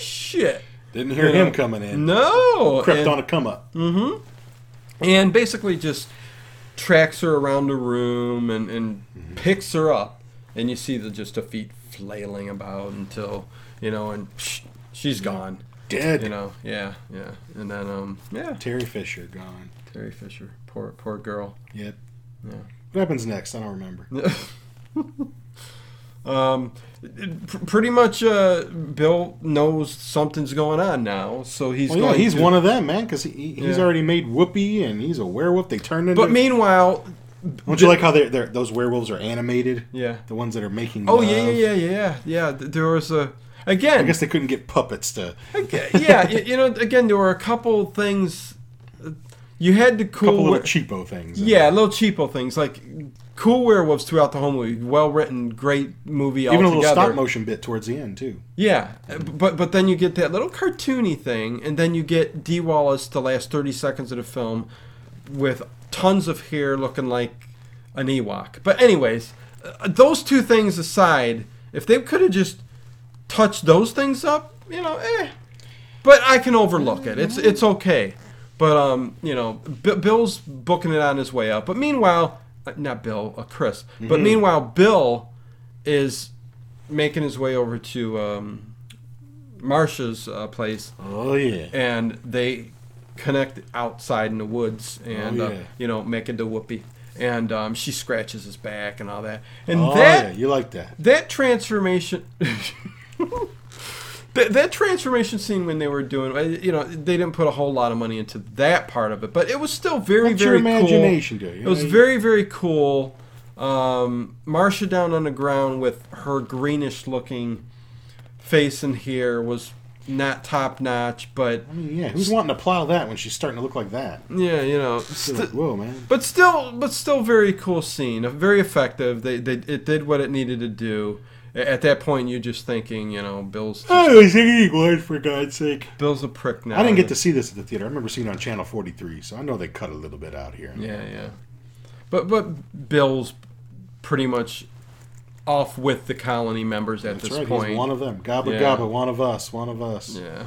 Speaker 1: shit!"
Speaker 2: Didn't hear
Speaker 1: You
Speaker 2: him
Speaker 1: know,
Speaker 2: coming in.
Speaker 1: No,
Speaker 2: Crept
Speaker 1: and,
Speaker 2: on a come up.
Speaker 1: and basically just tracks her around the room and, and
Speaker 2: Mm-hmm.
Speaker 1: picks her up, and you see the just the feet flailing about until you know, and psh, she's gone.
Speaker 2: Dead.
Speaker 1: You know, yeah, yeah, and then um, yeah,
Speaker 2: Terry Fisher gone.
Speaker 1: Terry Fisher, poor poor girl.
Speaker 2: Yep.
Speaker 1: Yeah.
Speaker 2: What happens next? I don't remember.
Speaker 1: Um, it- pr- pretty much, uh, Bill knows something's going on now, so he's
Speaker 2: Well, yeah,
Speaker 1: going.
Speaker 2: he's
Speaker 1: to-
Speaker 2: one of them, man, because he, he- he's
Speaker 1: Yeah.
Speaker 2: already made Whoopi and he's a werewolf. They turned into.
Speaker 1: But meanwhile,
Speaker 2: don't you like how they're, they're, those werewolves are animated?
Speaker 1: yeah.
Speaker 2: The ones that are making.
Speaker 1: Oh yeah,
Speaker 2: love.
Speaker 1: yeah, yeah, yeah, yeah. th- There was a
Speaker 2: Um, I
Speaker 1: again.
Speaker 2: guess they couldn't get puppets to.
Speaker 1: yeah, y- you know, again, there were a couple things. uh, You had the
Speaker 2: A couple
Speaker 1: cool,
Speaker 2: little
Speaker 1: wer-
Speaker 2: cheapo things.
Speaker 1: yeah, little cheapo things like cool werewolves throughout the whole movie. Well written, great movie.
Speaker 2: Even a
Speaker 1: altogether.
Speaker 2: little stop motion bit towards the end too.
Speaker 1: Yeah, but but then you get that little cartoony thing, and then you get D Wallace the last thirty seconds of the film with tons of hair looking like an Ewok. But anyways, uh, those two things aside, if they could have just touched those things up, you know, eh. But I can overlook it. It's it's okay. But um, you know, B- Bill's booking it on his way up. But meanwhile, uh, not Bill, uh, Chris. But meanwhile, Bill is making his way over to um, Marsha's uh, place,
Speaker 2: Oh yeah.
Speaker 1: and they connect outside in the woods, and
Speaker 2: Oh,
Speaker 1: uh,
Speaker 2: yeah.
Speaker 1: you know make it to whoopee, and um, she scratches his back and all that, and
Speaker 2: Oh
Speaker 1: that
Speaker 2: yeah. You like that?
Speaker 1: that transformation that, that transformation scene when they were doing uh, you know they didn't put a whole lot of money into that part of it but it was still very
Speaker 2: Let your
Speaker 1: very
Speaker 2: imagination
Speaker 1: cool.
Speaker 2: do it,
Speaker 1: it was
Speaker 2: you know?
Speaker 1: very very cool um, Marcia down on the ground with her greenish looking face in here was not top notch but
Speaker 2: I mean, yeah. Who's wanting to plow that when she's starting to look like that?
Speaker 1: yeah you know
Speaker 2: You're
Speaker 1: st-
Speaker 2: like, Whoa, man.
Speaker 1: but still, but still, very cool scene. Very effective. They, they it did what it needed to do. A- At that point, you're just thinking, you know, Bill's
Speaker 2: I was eating one for God's sake.
Speaker 1: Bill's a prick now.
Speaker 2: I didn't get to see this at the theater. I remember seeing it on Channel 43, so I know they cut a little bit out here.
Speaker 1: Yeah, yeah. But but Bill's pretty much off with the colony members at
Speaker 2: That's
Speaker 1: this
Speaker 2: right.
Speaker 1: point.
Speaker 2: He's one of them. Gabba
Speaker 1: Yeah.
Speaker 2: Gabba, one of us, one of us.
Speaker 1: yeah.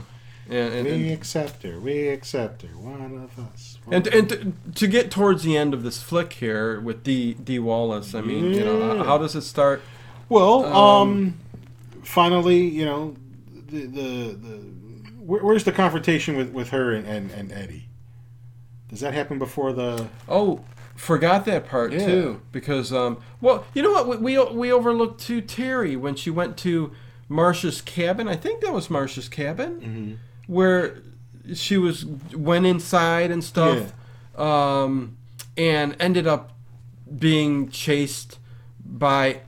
Speaker 1: And, and,
Speaker 2: We
Speaker 1: and,
Speaker 2: accept her. We accept her. One of us. one
Speaker 1: and,
Speaker 2: of
Speaker 1: and to, to get towards the end of this flick here with D D Wallace, I mean, you know,
Speaker 2: Yeah.
Speaker 1: h- how does it start?
Speaker 2: Well, um,
Speaker 1: Um,
Speaker 2: finally, you know, the the, the where, where's the confrontation with, with her and, and, and Eddie? Does that happen before the?
Speaker 1: Oh, forgot that part
Speaker 2: Yeah.
Speaker 1: too. Because um, well, you know what? We we, we overlooked too Terry when she went to Marcia's cabin. I think that was Marcia's cabin
Speaker 2: Mhm.
Speaker 1: where she was went inside and stuff, um, and ended up being chased by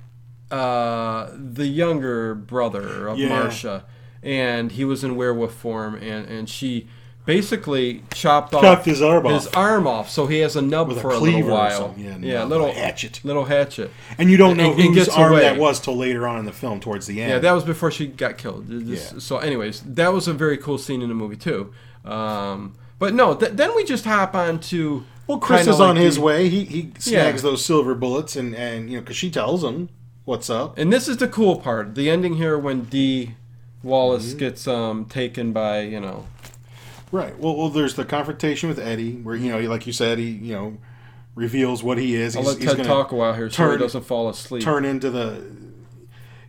Speaker 1: uh, the younger brother of
Speaker 2: Yeah.
Speaker 1: Marcia, and he was in werewolf form, and and she. Basically chopped off
Speaker 2: Chopped his arm
Speaker 1: his
Speaker 2: off.
Speaker 1: arm off, so he has a nub
Speaker 2: With a
Speaker 1: for a,
Speaker 2: cleaver
Speaker 1: little
Speaker 2: or
Speaker 1: while.
Speaker 2: something, yeah,
Speaker 1: Yeah,
Speaker 2: no,
Speaker 1: little
Speaker 2: a hatchet.
Speaker 1: Little hatchet.
Speaker 2: And you don't know
Speaker 1: It- it
Speaker 2: whose
Speaker 1: gets
Speaker 2: arm
Speaker 1: away.
Speaker 2: that was till later on in the film, towards the end.
Speaker 1: Yeah, that was before she got killed. This-
Speaker 2: Yeah.
Speaker 1: So, anyways, that was a very cool scene in the movie too. Um, but no, th- then we just hop on to
Speaker 2: Well, Chris
Speaker 1: kinda
Speaker 2: is on
Speaker 1: like
Speaker 2: his
Speaker 1: the-
Speaker 2: way. He he snags those silver bullets, and and you know, because she tells him what's up.
Speaker 1: And this is the cool part. The ending here when D. Wallace
Speaker 2: Mm-hmm.
Speaker 1: gets um, taken by you know
Speaker 2: Right. Well, well, there's the confrontation with Eddie, where you know, like you said, he you know reveals what he is.
Speaker 1: I'll
Speaker 2: he's
Speaker 1: let
Speaker 2: he's
Speaker 1: Ted
Speaker 2: gonna
Speaker 1: talk a while here so he
Speaker 2: turn-
Speaker 1: doesn't fall asleep.
Speaker 2: turn into the.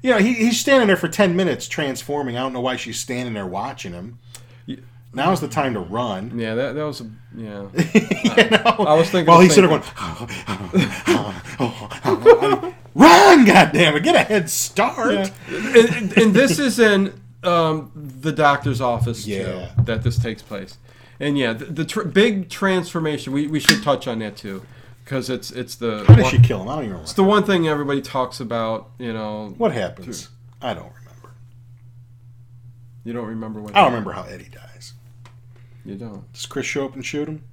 Speaker 2: You know, he, he's standing there for ten minutes transforming. I don't know why she's standing there watching him.
Speaker 1: Ye-
Speaker 2: Now's the time to run.
Speaker 1: Yeah, that that was a, yeah.
Speaker 2: you know?
Speaker 1: I was thinking
Speaker 2: While
Speaker 1: the
Speaker 2: he's
Speaker 1: same
Speaker 2: sitting there going, run, goddammit, get a head start.
Speaker 1: and, and- and this is in um, the doctor's office too,
Speaker 2: Yeah.
Speaker 1: that this takes place and yeah the, the tr- big transformation we, we should touch on that too because it's it's the
Speaker 2: How did
Speaker 1: one,
Speaker 2: she kill him? I don't even remember.
Speaker 1: it's the one thing everybody talks about you know
Speaker 2: What happens? I don't remember.
Speaker 1: you don't remember what
Speaker 2: I don't remember how Eddie dies.
Speaker 1: you don't
Speaker 2: Does Chris show up and shoot him?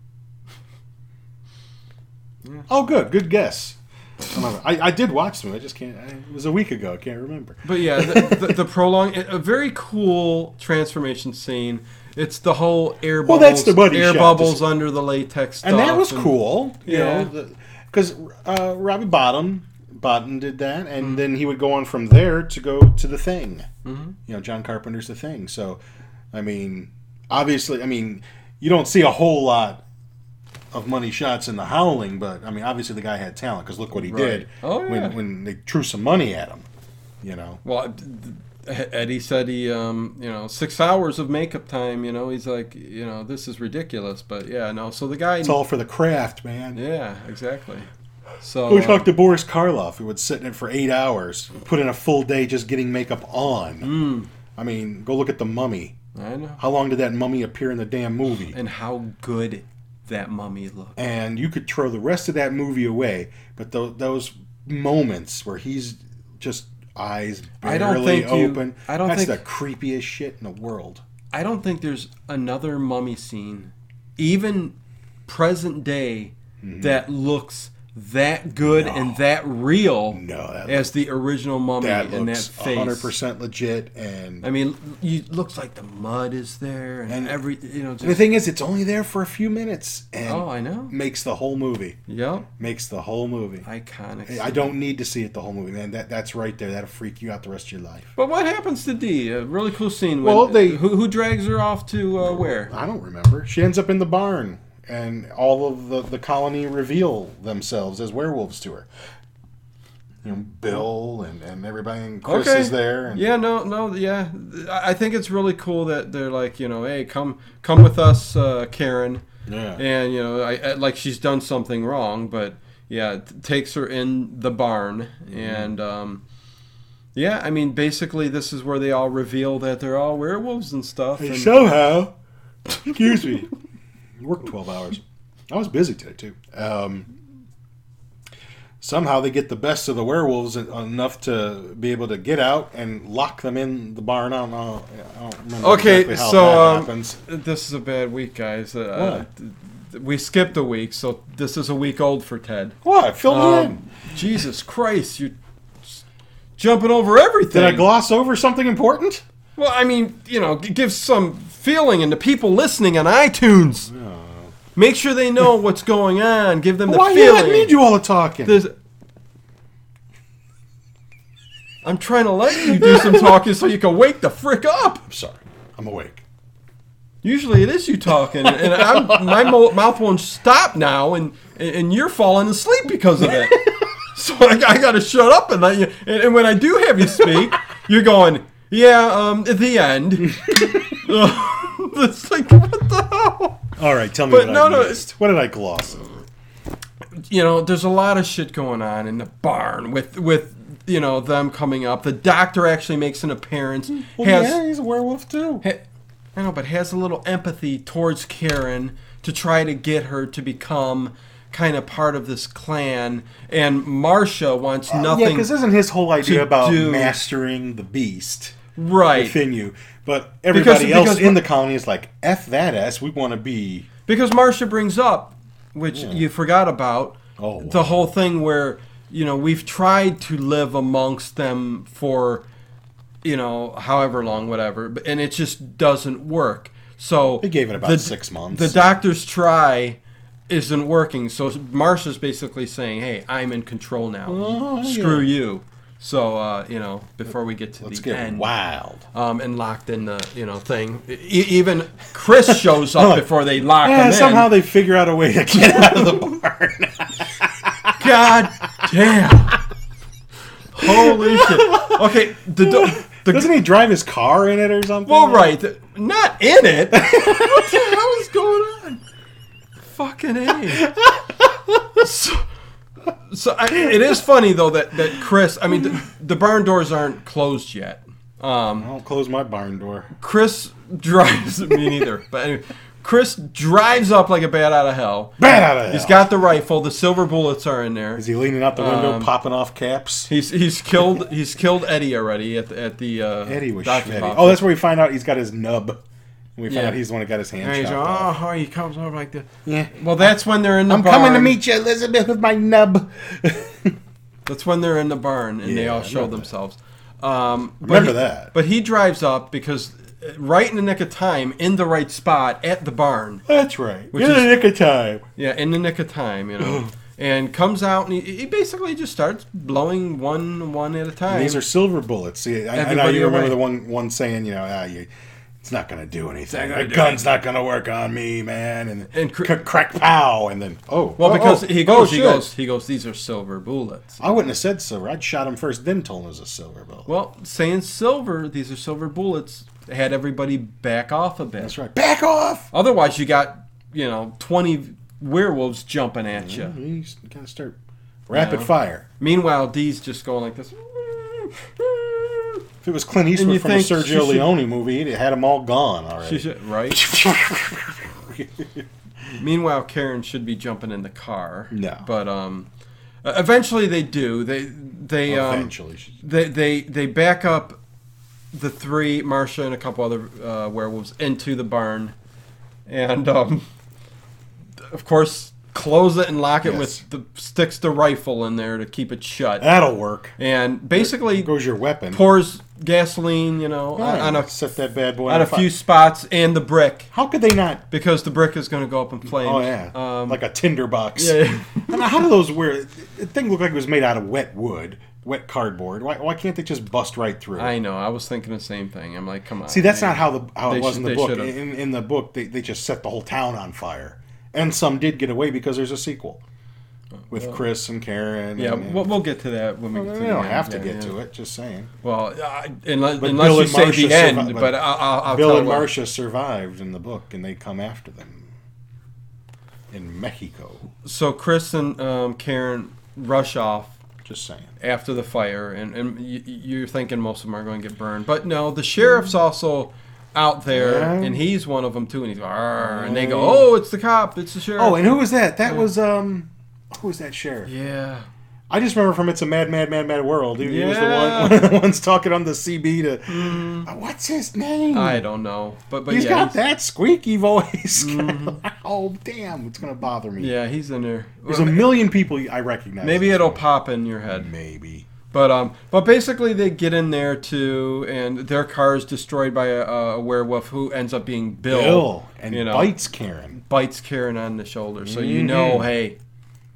Speaker 1: Yeah.
Speaker 2: Oh, good, good guess. I, remember. I, I did watch them. I just can't. I, it was a week ago. I can't remember.
Speaker 1: But yeah, the, the, the prolong a very cool transformation scene. It's the whole air bubbles,
Speaker 2: Well, that's the money
Speaker 1: air
Speaker 2: shot,
Speaker 1: bubbles
Speaker 2: just-
Speaker 1: under the latex stuff,
Speaker 2: and that was
Speaker 1: and-
Speaker 2: cool. You
Speaker 1: Yeah.
Speaker 2: know, because uh, Robbie Bottom Bottom did that, and
Speaker 1: Mm-hmm.
Speaker 2: then he would go on from there to go to the thing.
Speaker 1: Mhm.
Speaker 2: You know, John Carpenter's the thing. So, I mean, obviously, I mean, you don't see a whole lot of money shots in the Howling, but I mean, obviously, the guy had talent because look what he
Speaker 1: Right.
Speaker 2: did
Speaker 1: Oh, yeah.
Speaker 2: when when they threw some money at him. You know,
Speaker 1: Well, d- d- Eddie said he, um, you know, six hours of makeup time. You know, he's like, you know, this is ridiculous. But yeah, no. So the guy,
Speaker 2: it's all for the craft, man.
Speaker 1: yeah, exactly. So
Speaker 2: We
Speaker 1: uh,
Speaker 2: talked to Boris Karloff, who would sit in it for eight hours, put in a full day just getting makeup on.
Speaker 1: mm,
Speaker 2: I mean, go look at the mummy.
Speaker 1: I know.
Speaker 2: How long did that mummy appear in the damn movie?
Speaker 1: And how good that mummy looked.
Speaker 2: And you could throw the rest of that movie away, but tho- those moments where he's just eyes barely
Speaker 1: I don't think you-
Speaker 2: open,
Speaker 1: I don't
Speaker 2: that's
Speaker 1: think-
Speaker 2: the creepiest shit in the world.
Speaker 1: I don't think there's another mummy scene, even present day,
Speaker 2: Mm-hmm.
Speaker 1: that looks that good and that real
Speaker 2: No, that,
Speaker 1: as the original mummy
Speaker 2: that
Speaker 1: in that
Speaker 2: looks
Speaker 1: face.
Speaker 2: 100% legit. And,
Speaker 1: I mean, you it looks like the mud is there and,
Speaker 2: And-
Speaker 1: every you know. Just,
Speaker 2: and the thing is, it's only there for a few minutes and
Speaker 1: oh, I know.
Speaker 2: makes the whole movie.
Speaker 1: Yep,
Speaker 2: Makes the whole movie.
Speaker 1: iconic.
Speaker 2: I don't need to see it the whole movie, man. That that's right there. That'll freak you out the rest of your life.
Speaker 1: But what happens to Dee? A really cool scene. When,
Speaker 2: Well, they-
Speaker 1: who, who drags her off to uh, where?
Speaker 2: I don't remember. She ends up in the barn, and all of the, the colony reveal themselves as werewolves to her. you know, Bill and, and everybody. And Chris is there. And,
Speaker 1: Yeah, no, no, yeah. I I think it's really cool that they're like, you know, hey, come, come with us, uh, Karen.
Speaker 2: Yeah.
Speaker 1: And you know, I, I like she's done something wrong, but yeah, t- takes her in the barn, and um, yeah, I mean, basically, this is where they all reveal that they're all werewolves and stuff.
Speaker 2: And
Speaker 1: And,
Speaker 2: somehow, excuse me, worked 12 hours. I was busy today, too. Um, somehow they get the best of the werewolves en- enough to be able to get out and lock them in the barn. I don't know. I don't remember
Speaker 1: Okay,
Speaker 2: exactly how
Speaker 1: so,
Speaker 2: that
Speaker 1: um,
Speaker 2: happens.
Speaker 1: this is a bad week, guys. Uh, th- We skipped a week, so this is a week old for Ted.
Speaker 2: What? Fill it in.
Speaker 1: Um, Jesus Christ, you s- jumping over everything.
Speaker 2: Did I gloss over something important?
Speaker 1: Well, I mean, you know, g- give some feeling into people listening on iTunes. Make sure they know what's going on. Give them the
Speaker 2: Why you
Speaker 1: feeling.
Speaker 2: letting me do all the talking?
Speaker 1: There's- I'm trying to let you do some talking so you can wake the frick up.
Speaker 2: I'm sorry. I'm awake.
Speaker 1: Usually it is you talking, and I'm, my mo- mouth won't stop now, and, and you're falling asleep because of it. so I, I got to shut up and let you. And, and when I do have you speak, you're going, yeah, um, at the end. it's like what the hell?
Speaker 2: All right, tell me
Speaker 1: But
Speaker 2: what
Speaker 1: no,
Speaker 2: I
Speaker 1: no,
Speaker 2: missed. What did I gloss over?
Speaker 1: you know, there's a lot of shit going on in the barn with with you know them coming up. The doctor actually makes an appearance. has
Speaker 2: yeah, he's a werewolf too.
Speaker 1: ha- I know, but has a little empathy towards Karen to try to get her to become kind of part of this clan. And Marcia wants
Speaker 2: Yeah,
Speaker 1: nothing
Speaker 2: because isn't his whole idea about
Speaker 1: do-
Speaker 2: mastering the beast
Speaker 1: right
Speaker 2: within you? But everybody else
Speaker 1: because-
Speaker 2: in the colony is like, "F that ass. We want to be."
Speaker 1: because Marcia brings up, which you forgot about,
Speaker 2: Oh, wow.
Speaker 1: the whole thing where you know we've tried to live amongst them for you know however long, whatever, but- and it just doesn't work. So
Speaker 2: They gave it about
Speaker 1: the-
Speaker 2: six months.
Speaker 1: The doctor's try isn't working, so Marcia's basically saying, "Hey, I'm in control now.
Speaker 2: Oh,
Speaker 1: Screw you." So uh, you know, before we get to
Speaker 2: Let's
Speaker 1: the
Speaker 2: get
Speaker 1: end,
Speaker 2: wild.
Speaker 1: um, and locked in the you know thing. E- even Chris shows up before they lock him
Speaker 2: Yeah,
Speaker 1: in.
Speaker 2: somehow they figure out a way to get out of the barn.
Speaker 1: God damn! Holy shit! Okay, the do- the
Speaker 2: Doesn't he drive his car in it or something?
Speaker 1: well, right, the- not in it. what the hell is going on? Fucking a. So, so I, it is funny though that that Chris. I mean, the, the barn doors aren't closed yet. Um,
Speaker 2: I'll close my barn door.
Speaker 1: Chris drives me neither. But anyway, Chris drives up like a bat out of hell.
Speaker 2: Bat out of
Speaker 1: He's
Speaker 2: hell.
Speaker 1: got the rifle. The silver bullets are in there.
Speaker 2: Is he leaning out the
Speaker 1: um,
Speaker 2: window, popping off caps?
Speaker 1: He's he's killed he's killed Eddie already at the, at the uh,
Speaker 2: Eddie was
Speaker 1: doctor's
Speaker 2: shitty.
Speaker 1: office.
Speaker 2: Oh, that's where we find out he's got his nub. And we find
Speaker 1: Yeah.
Speaker 2: out he's the one that got his hand
Speaker 1: And he's
Speaker 2: chopped
Speaker 1: like,
Speaker 2: off.
Speaker 1: oh, he comes over like this.
Speaker 2: Yeah.
Speaker 1: Well, that's when they're in the
Speaker 2: I'm
Speaker 1: Oh, barn.
Speaker 2: coming to meet you, Elizabeth, with my nub.
Speaker 1: That's when they're in the barn and they
Speaker 2: Yeah, I
Speaker 1: all show
Speaker 2: remember that.
Speaker 1: themselves. Um, but
Speaker 2: Remember
Speaker 1: he-
Speaker 2: that.
Speaker 1: But he drives up because uh, right in the nick of time, in the right spot at the barn.
Speaker 2: That's right.
Speaker 1: Which
Speaker 2: in
Speaker 1: is-
Speaker 2: the nick of time.
Speaker 1: Yeah, in the nick of time, you know. and comes out and he, he basically just starts blowing one one at a time.
Speaker 2: These are silver bullets. See, I, I know
Speaker 1: Everybody
Speaker 2: you remember
Speaker 1: away.
Speaker 2: the one one saying, you know, ah, you, it's not going to do anything.
Speaker 1: gonna
Speaker 2: The
Speaker 1: do
Speaker 2: gun's not going to work on me, man. And,
Speaker 1: And cr-
Speaker 2: cr- crack pow, and then oh,
Speaker 1: well,
Speaker 2: oh,
Speaker 1: because
Speaker 2: oh,
Speaker 1: he
Speaker 2: oh,
Speaker 1: goes, he
Speaker 2: shit.
Speaker 1: goes, he goes. These are silver bullets.
Speaker 2: I wouldn't have said silver. I'd shot him first, then told him it was a silver bullet.
Speaker 1: Well, saying silver, these are silver bullets. Had everybody back off a bit.
Speaker 2: That's right. Back off.
Speaker 1: Otherwise, you got you know twenty werewolves jumping at you.
Speaker 2: You got to Mm, start rapid fire.
Speaker 1: Meanwhile, D's just going like this.
Speaker 2: If it was Clint
Speaker 1: you
Speaker 2: Eastwood from a
Speaker 1: think she
Speaker 2: Sergio
Speaker 1: should-
Speaker 2: Leone movie, it had them all gone already.
Speaker 1: She should, right? Meanwhile, Karen should be jumping in the car.
Speaker 2: No.
Speaker 1: but um, uh, eventually they do. They they um,
Speaker 2: Eventually, she-
Speaker 1: they they they back up the three Marcia and a couple other uh, werewolves into the barn, and um, of course close it and lock it
Speaker 2: Yes.
Speaker 1: with the sticks the rifle in there to keep it shut.
Speaker 2: that'll work.
Speaker 1: And basically
Speaker 2: Goes your weapon.
Speaker 1: pours gasoline, you know, on- on a
Speaker 2: set that bad boy
Speaker 1: on a
Speaker 2: fire.
Speaker 1: few spots and the brick
Speaker 2: How could they not?
Speaker 1: because the brick is going to go up in flames.
Speaker 2: Oh yeah,
Speaker 1: Um,
Speaker 2: like a tinderbox.
Speaker 1: Yeah, yeah.
Speaker 2: And how do those wear? The thing looked like it was made out of wet wood, wet cardboard. Why, why can't they just bust right through?
Speaker 1: I know. I was thinking the same thing. I'm like, come on.
Speaker 2: See, that's
Speaker 1: man.
Speaker 2: not how the how
Speaker 1: They
Speaker 2: it was
Speaker 1: should-
Speaker 2: in the
Speaker 1: they
Speaker 2: book.
Speaker 1: should've.
Speaker 2: In, in the book, they, they just set the whole town on fire, and some did get away because there's a sequel. with Chris and Karen.
Speaker 1: Yeah,
Speaker 2: and,
Speaker 1: we'll, we'll get to that when we
Speaker 2: we
Speaker 1: get to the
Speaker 2: don't
Speaker 1: end.
Speaker 2: have to
Speaker 1: Yeah,
Speaker 2: get
Speaker 1: yeah.
Speaker 2: to it. Just saying.
Speaker 1: Well, uh, unless,
Speaker 2: But
Speaker 1: unless
Speaker 2: Bill
Speaker 1: you
Speaker 2: and
Speaker 1: say
Speaker 2: Marcia
Speaker 1: the end,
Speaker 2: survive-
Speaker 1: but I'll, I'll, I'll
Speaker 2: Bill
Speaker 1: tell
Speaker 2: and
Speaker 1: what-
Speaker 2: Marcia survived in the book, and they come after them in Mexico.
Speaker 1: So Chris and um, Karen rush off
Speaker 2: Just saying.
Speaker 1: after the fire, and, and y- y- you're thinking most of them are going to get burned. But no, the sheriff's also out there,
Speaker 2: Yeah.
Speaker 1: and he's one of them too. And he's "Arr," and they go, "Oh, it's the cop, it's the sheriff."
Speaker 2: Oh, and who was that? That was um, who was that sheriff?
Speaker 1: yeah,
Speaker 2: I just remember from "It's a Mad, Mad, Mad, Mad World." He, he was the
Speaker 1: Yeah.
Speaker 2: one, one of the ones talking on the CB to. Uh, What's his name?
Speaker 1: I don't know, but but
Speaker 2: He's
Speaker 1: yeah,
Speaker 2: got
Speaker 1: he's,
Speaker 2: that squeaky voice. oh damn, it's gonna bother me.
Speaker 1: yeah, he's in there.
Speaker 2: There's a million people I recognize.
Speaker 1: Maybe it'll pop in your head.
Speaker 2: Maybe.
Speaker 1: But um, but basically they get in there too, and their car is destroyed by a, a werewolf who ends up being Bill,
Speaker 2: Bill and
Speaker 1: you know.
Speaker 2: bites Karen.
Speaker 1: bites Karen on the shoulder. So you know, hey,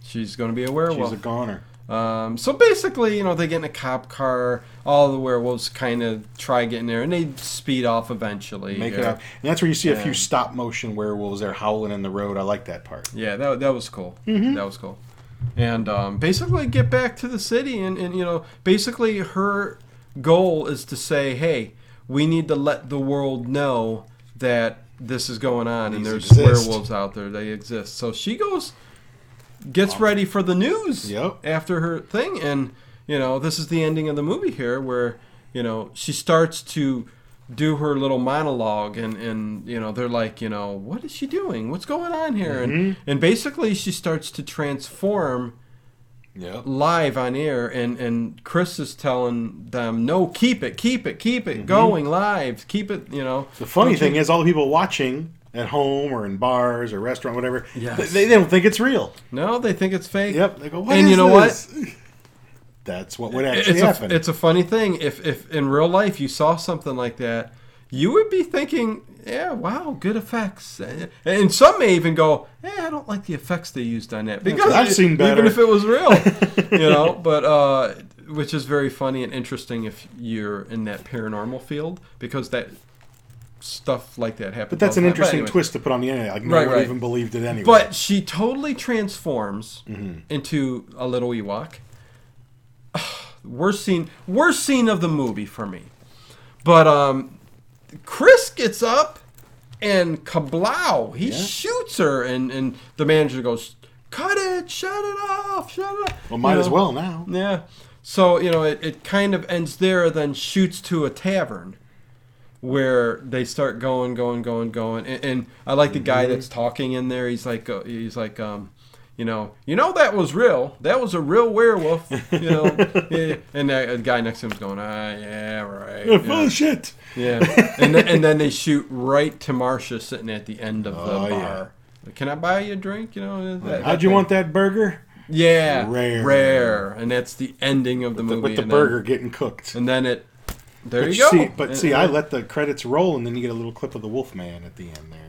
Speaker 1: she's gonna be a
Speaker 2: Mm-hmm. She's
Speaker 1: werewolf.
Speaker 2: a goner.
Speaker 1: Um, so basically, you know, they get in a cop car. All the werewolves kind of try getting there, and they speed off eventually.
Speaker 2: Make
Speaker 1: yeah.
Speaker 2: it up. And that's where you see a few
Speaker 1: Yeah.
Speaker 2: stop motion werewolves there howling in the road. I like that part.
Speaker 1: Yeah, that, that was cool. That was cool. And um, basically, get back to the city, and, and you know, basically, her goal is to say, hey, we need to let the world know that this is going on, and
Speaker 2: These
Speaker 1: there's
Speaker 2: exist.
Speaker 1: werewolves out there. They exist. So she goes, gets ready for the news
Speaker 2: Yep.
Speaker 1: after her thing, and you know, this is the ending of the movie here, where you know she starts to do her little monologue and and you know they're like you know what is she doing what's going on here and
Speaker 2: Mm-hmm.
Speaker 1: and basically she starts to transform
Speaker 2: Yep.
Speaker 1: live on air and and chris is telling them no keep it keep it keep it going live keep it you know
Speaker 2: Mm-hmm. The
Speaker 1: Don't
Speaker 2: funny
Speaker 1: you-
Speaker 2: thing is, all the people watching at home or in bars or restaurant, whatever,
Speaker 1: Yes.
Speaker 2: th- they, they don't think it's real.
Speaker 1: no they think it's fake
Speaker 2: Yep. They go, what
Speaker 1: And you
Speaker 2: is
Speaker 1: know
Speaker 2: this?" That's what would actually
Speaker 1: it's
Speaker 2: happen.
Speaker 1: a, it's a funny thing if if in real life you saw something like that you would be thinking yeah wow good effects Eh, and some may even go eh, i don't like the effects they used on that because
Speaker 2: I've seen better.
Speaker 1: even if it was real you know but uh which is very funny and interesting if you're in that paranormal field because that stuff like that happens
Speaker 2: but that's
Speaker 1: all the
Speaker 2: an
Speaker 1: time.
Speaker 2: interesting
Speaker 1: anyway.
Speaker 2: twist to put on the internet. Like, no
Speaker 1: Right,
Speaker 2: one
Speaker 1: right.
Speaker 2: even believed it anyway. Mm-hmm.
Speaker 1: But she totally transforms into a little Ewok. worst scene, worst scene of the movie for me. But um, Chris gets up and kablow! He
Speaker 2: Yeah.
Speaker 1: shoots her, and and the manager goes, "Cut it! Shut it off! Shut it off!"
Speaker 2: well, might
Speaker 1: You
Speaker 2: as
Speaker 1: know?
Speaker 2: well now.
Speaker 1: Yeah. So, you know, it, it kind of ends there, then shoots to a tavern where they start going, going, going, going. And, and I like the
Speaker 2: Mm-hmm.
Speaker 1: guy that's talking in there. He's like, uh, he's like, um, you know, you know that was real. That was a real werewolf. You know, yeah. and that, the guy next to him's going, ah, yeah, right.
Speaker 2: Yeah,
Speaker 1: you know.
Speaker 2: Bullshit.
Speaker 1: Yeah, and then, and then they shoot right to Marcia sitting at the end of the
Speaker 2: Oh, yeah.
Speaker 1: bar. Can I buy you a drink? You know, that,
Speaker 2: How'd
Speaker 1: that
Speaker 2: you
Speaker 1: thing.
Speaker 2: want that burger?
Speaker 1: Yeah,
Speaker 2: Rare.
Speaker 1: rare, and that's the ending of the movie.
Speaker 2: With the
Speaker 1: and then-
Speaker 2: burger getting cooked.
Speaker 1: and then it. There
Speaker 2: but
Speaker 1: you go.
Speaker 2: See, but
Speaker 1: And-
Speaker 2: see, I
Speaker 1: and- uh,
Speaker 2: let the credits roll, and then you get a little clip of the Wolfman at the end there.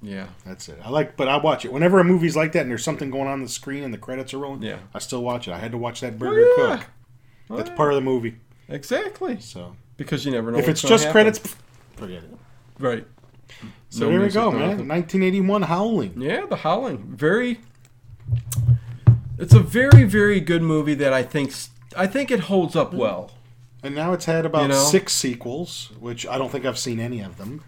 Speaker 1: Yeah,
Speaker 2: That's it. I like, but I watch it whenever a movie's like that, and there's something going on, on the screen, and the credits are rolling.
Speaker 1: Yeah.
Speaker 2: I still watch it. I had to watch that burger
Speaker 1: Oh, yeah.
Speaker 2: cook.
Speaker 1: Oh,
Speaker 2: That's
Speaker 1: yeah.
Speaker 2: part of the movie.
Speaker 1: exactly
Speaker 2: So
Speaker 1: because you never know.
Speaker 2: if
Speaker 1: what's
Speaker 2: it's
Speaker 1: gonna
Speaker 2: just
Speaker 1: happen.
Speaker 2: credits, pff, forget it.
Speaker 1: right?
Speaker 2: So
Speaker 1: No
Speaker 2: there we
Speaker 1: music,
Speaker 2: go,
Speaker 1: no
Speaker 2: man.
Speaker 1: nothing.
Speaker 2: 1981 Howling.
Speaker 1: Yeah, The Howling. Very. It's a very very good movie that I think s- I think it holds up well.
Speaker 2: And now it's had about
Speaker 1: You know?
Speaker 2: six sequels, which I don't think I've seen any of them.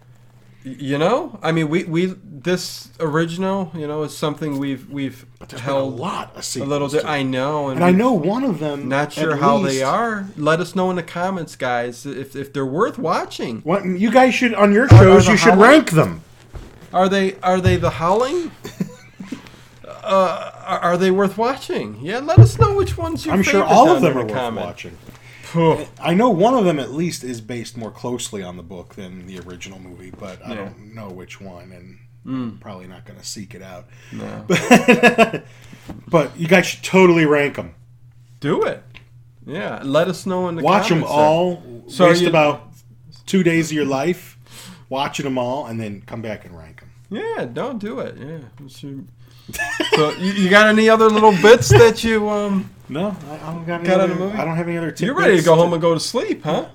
Speaker 1: Y- You know, I mean, we we this original, you know, is something we've we've
Speaker 2: But there's been a
Speaker 1: held
Speaker 2: lot of
Speaker 1: a
Speaker 2: sequels.
Speaker 1: little. Di-
Speaker 2: to it.
Speaker 1: I know,
Speaker 2: and I know one of them.
Speaker 1: Not
Speaker 2: at
Speaker 1: sure how they
Speaker 2: least-
Speaker 1: are. Let us know in the comments, guys, if, if they're worth watching.
Speaker 2: What, you guys should on your
Speaker 1: Are- are
Speaker 2: shows.
Speaker 1: the
Speaker 2: you should
Speaker 1: Howling-
Speaker 2: rank them.
Speaker 1: Are they are they the howling? uh, are, are they worth watching? Yeah, let us know which ones you.
Speaker 2: I'm sure all of them are worth watching. I know one of them at least is based more closely on the book than the original movie, but I
Speaker 1: Yeah. Hmm.
Speaker 2: don't know which one, and I'm probably not going to seek it out.
Speaker 1: No.
Speaker 2: But you guys should totally rank them.
Speaker 1: Do it. Yeah, let us know in the
Speaker 2: Watch them
Speaker 1: comments there.
Speaker 2: all.
Speaker 1: So
Speaker 2: waste
Speaker 1: you-
Speaker 2: about two days of your life watching them all, and then come back and rank them.
Speaker 1: Yeah, don't do it. Yeah. It's your- so you, you got any other little bits that you um?
Speaker 2: No, I, I don't got any.
Speaker 1: Got
Speaker 2: other,
Speaker 1: on a movie?
Speaker 2: I don't have any other.
Speaker 1: You're ready to go
Speaker 2: tidbits
Speaker 1: home and go to sleep, huh?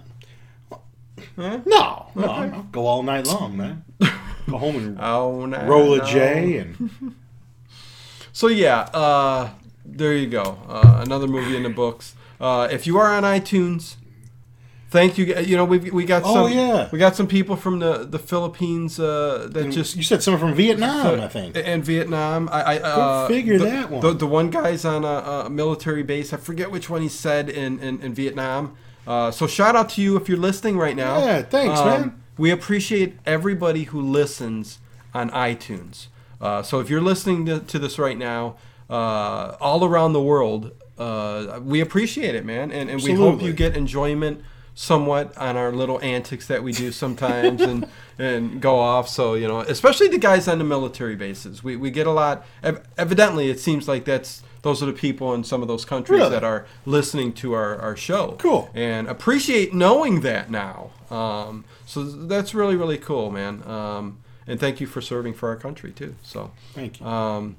Speaker 2: No, no,
Speaker 1: Okay.
Speaker 2: I'll go all night long, man. Go home and
Speaker 1: Oh no.
Speaker 2: roll a
Speaker 1: no.
Speaker 2: J and
Speaker 1: So yeah, uh, there you go. Uh, another movie in the books. Uh, if you are on iTunes, thank you. You know we we got some.
Speaker 2: Oh, yeah.
Speaker 1: We got some people from the the Philippines uh, that just
Speaker 2: you said someone from Vietnam, I think.
Speaker 1: and Vietnam. I, I uh,
Speaker 2: figure
Speaker 1: the,
Speaker 2: that one.
Speaker 1: The, the one guy's on a, a military base. I forget which one he said in in, in Vietnam. Uh, so shout out to you if you're listening right now. Um,
Speaker 2: Yeah, thanks, man.
Speaker 1: We appreciate everybody who listens on iTunes. Uh, so if you're listening to, to this right now, uh, all around the world, uh, we appreciate it, man, and, and we hope
Speaker 2: Absolutely.
Speaker 1: you get enjoyment somewhat on our little antics that we do sometimes and and go off so you know especially the guys on the military bases we, we get a lot ev- evidently it seems like that's those are the people in some of those countries
Speaker 2: Really?
Speaker 1: that are listening to our, our show
Speaker 2: Cool.
Speaker 1: and appreciate knowing that now um, so that's really really cool man um, and thank you for serving for our country too so
Speaker 2: Thank you.
Speaker 1: um,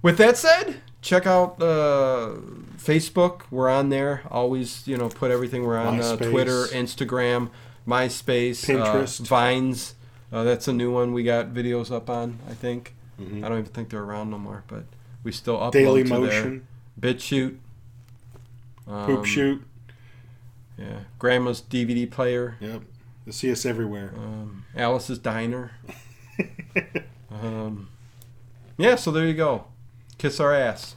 Speaker 1: with that said, check out uh, Facebook. We're on there. Always, you know, put everything. We're on uh,
Speaker 2: MySpace.
Speaker 1: Twitter, Instagram, MySpace,
Speaker 2: Pinterest.
Speaker 1: uh, Vines. Uh, that's a new one we got videos up on. I think. I don't even think they're around no more, but we still upload
Speaker 2: Mm-hmm. Daily
Speaker 1: to
Speaker 2: Motion,
Speaker 1: there. BitChute. Um,
Speaker 2: Poop Shoot.
Speaker 1: Yeah, Grandma's DVD player.
Speaker 2: Yep. You see us everywhere.
Speaker 1: Um, Alice's Diner. um, yeah, so there you go. Kiss our ass.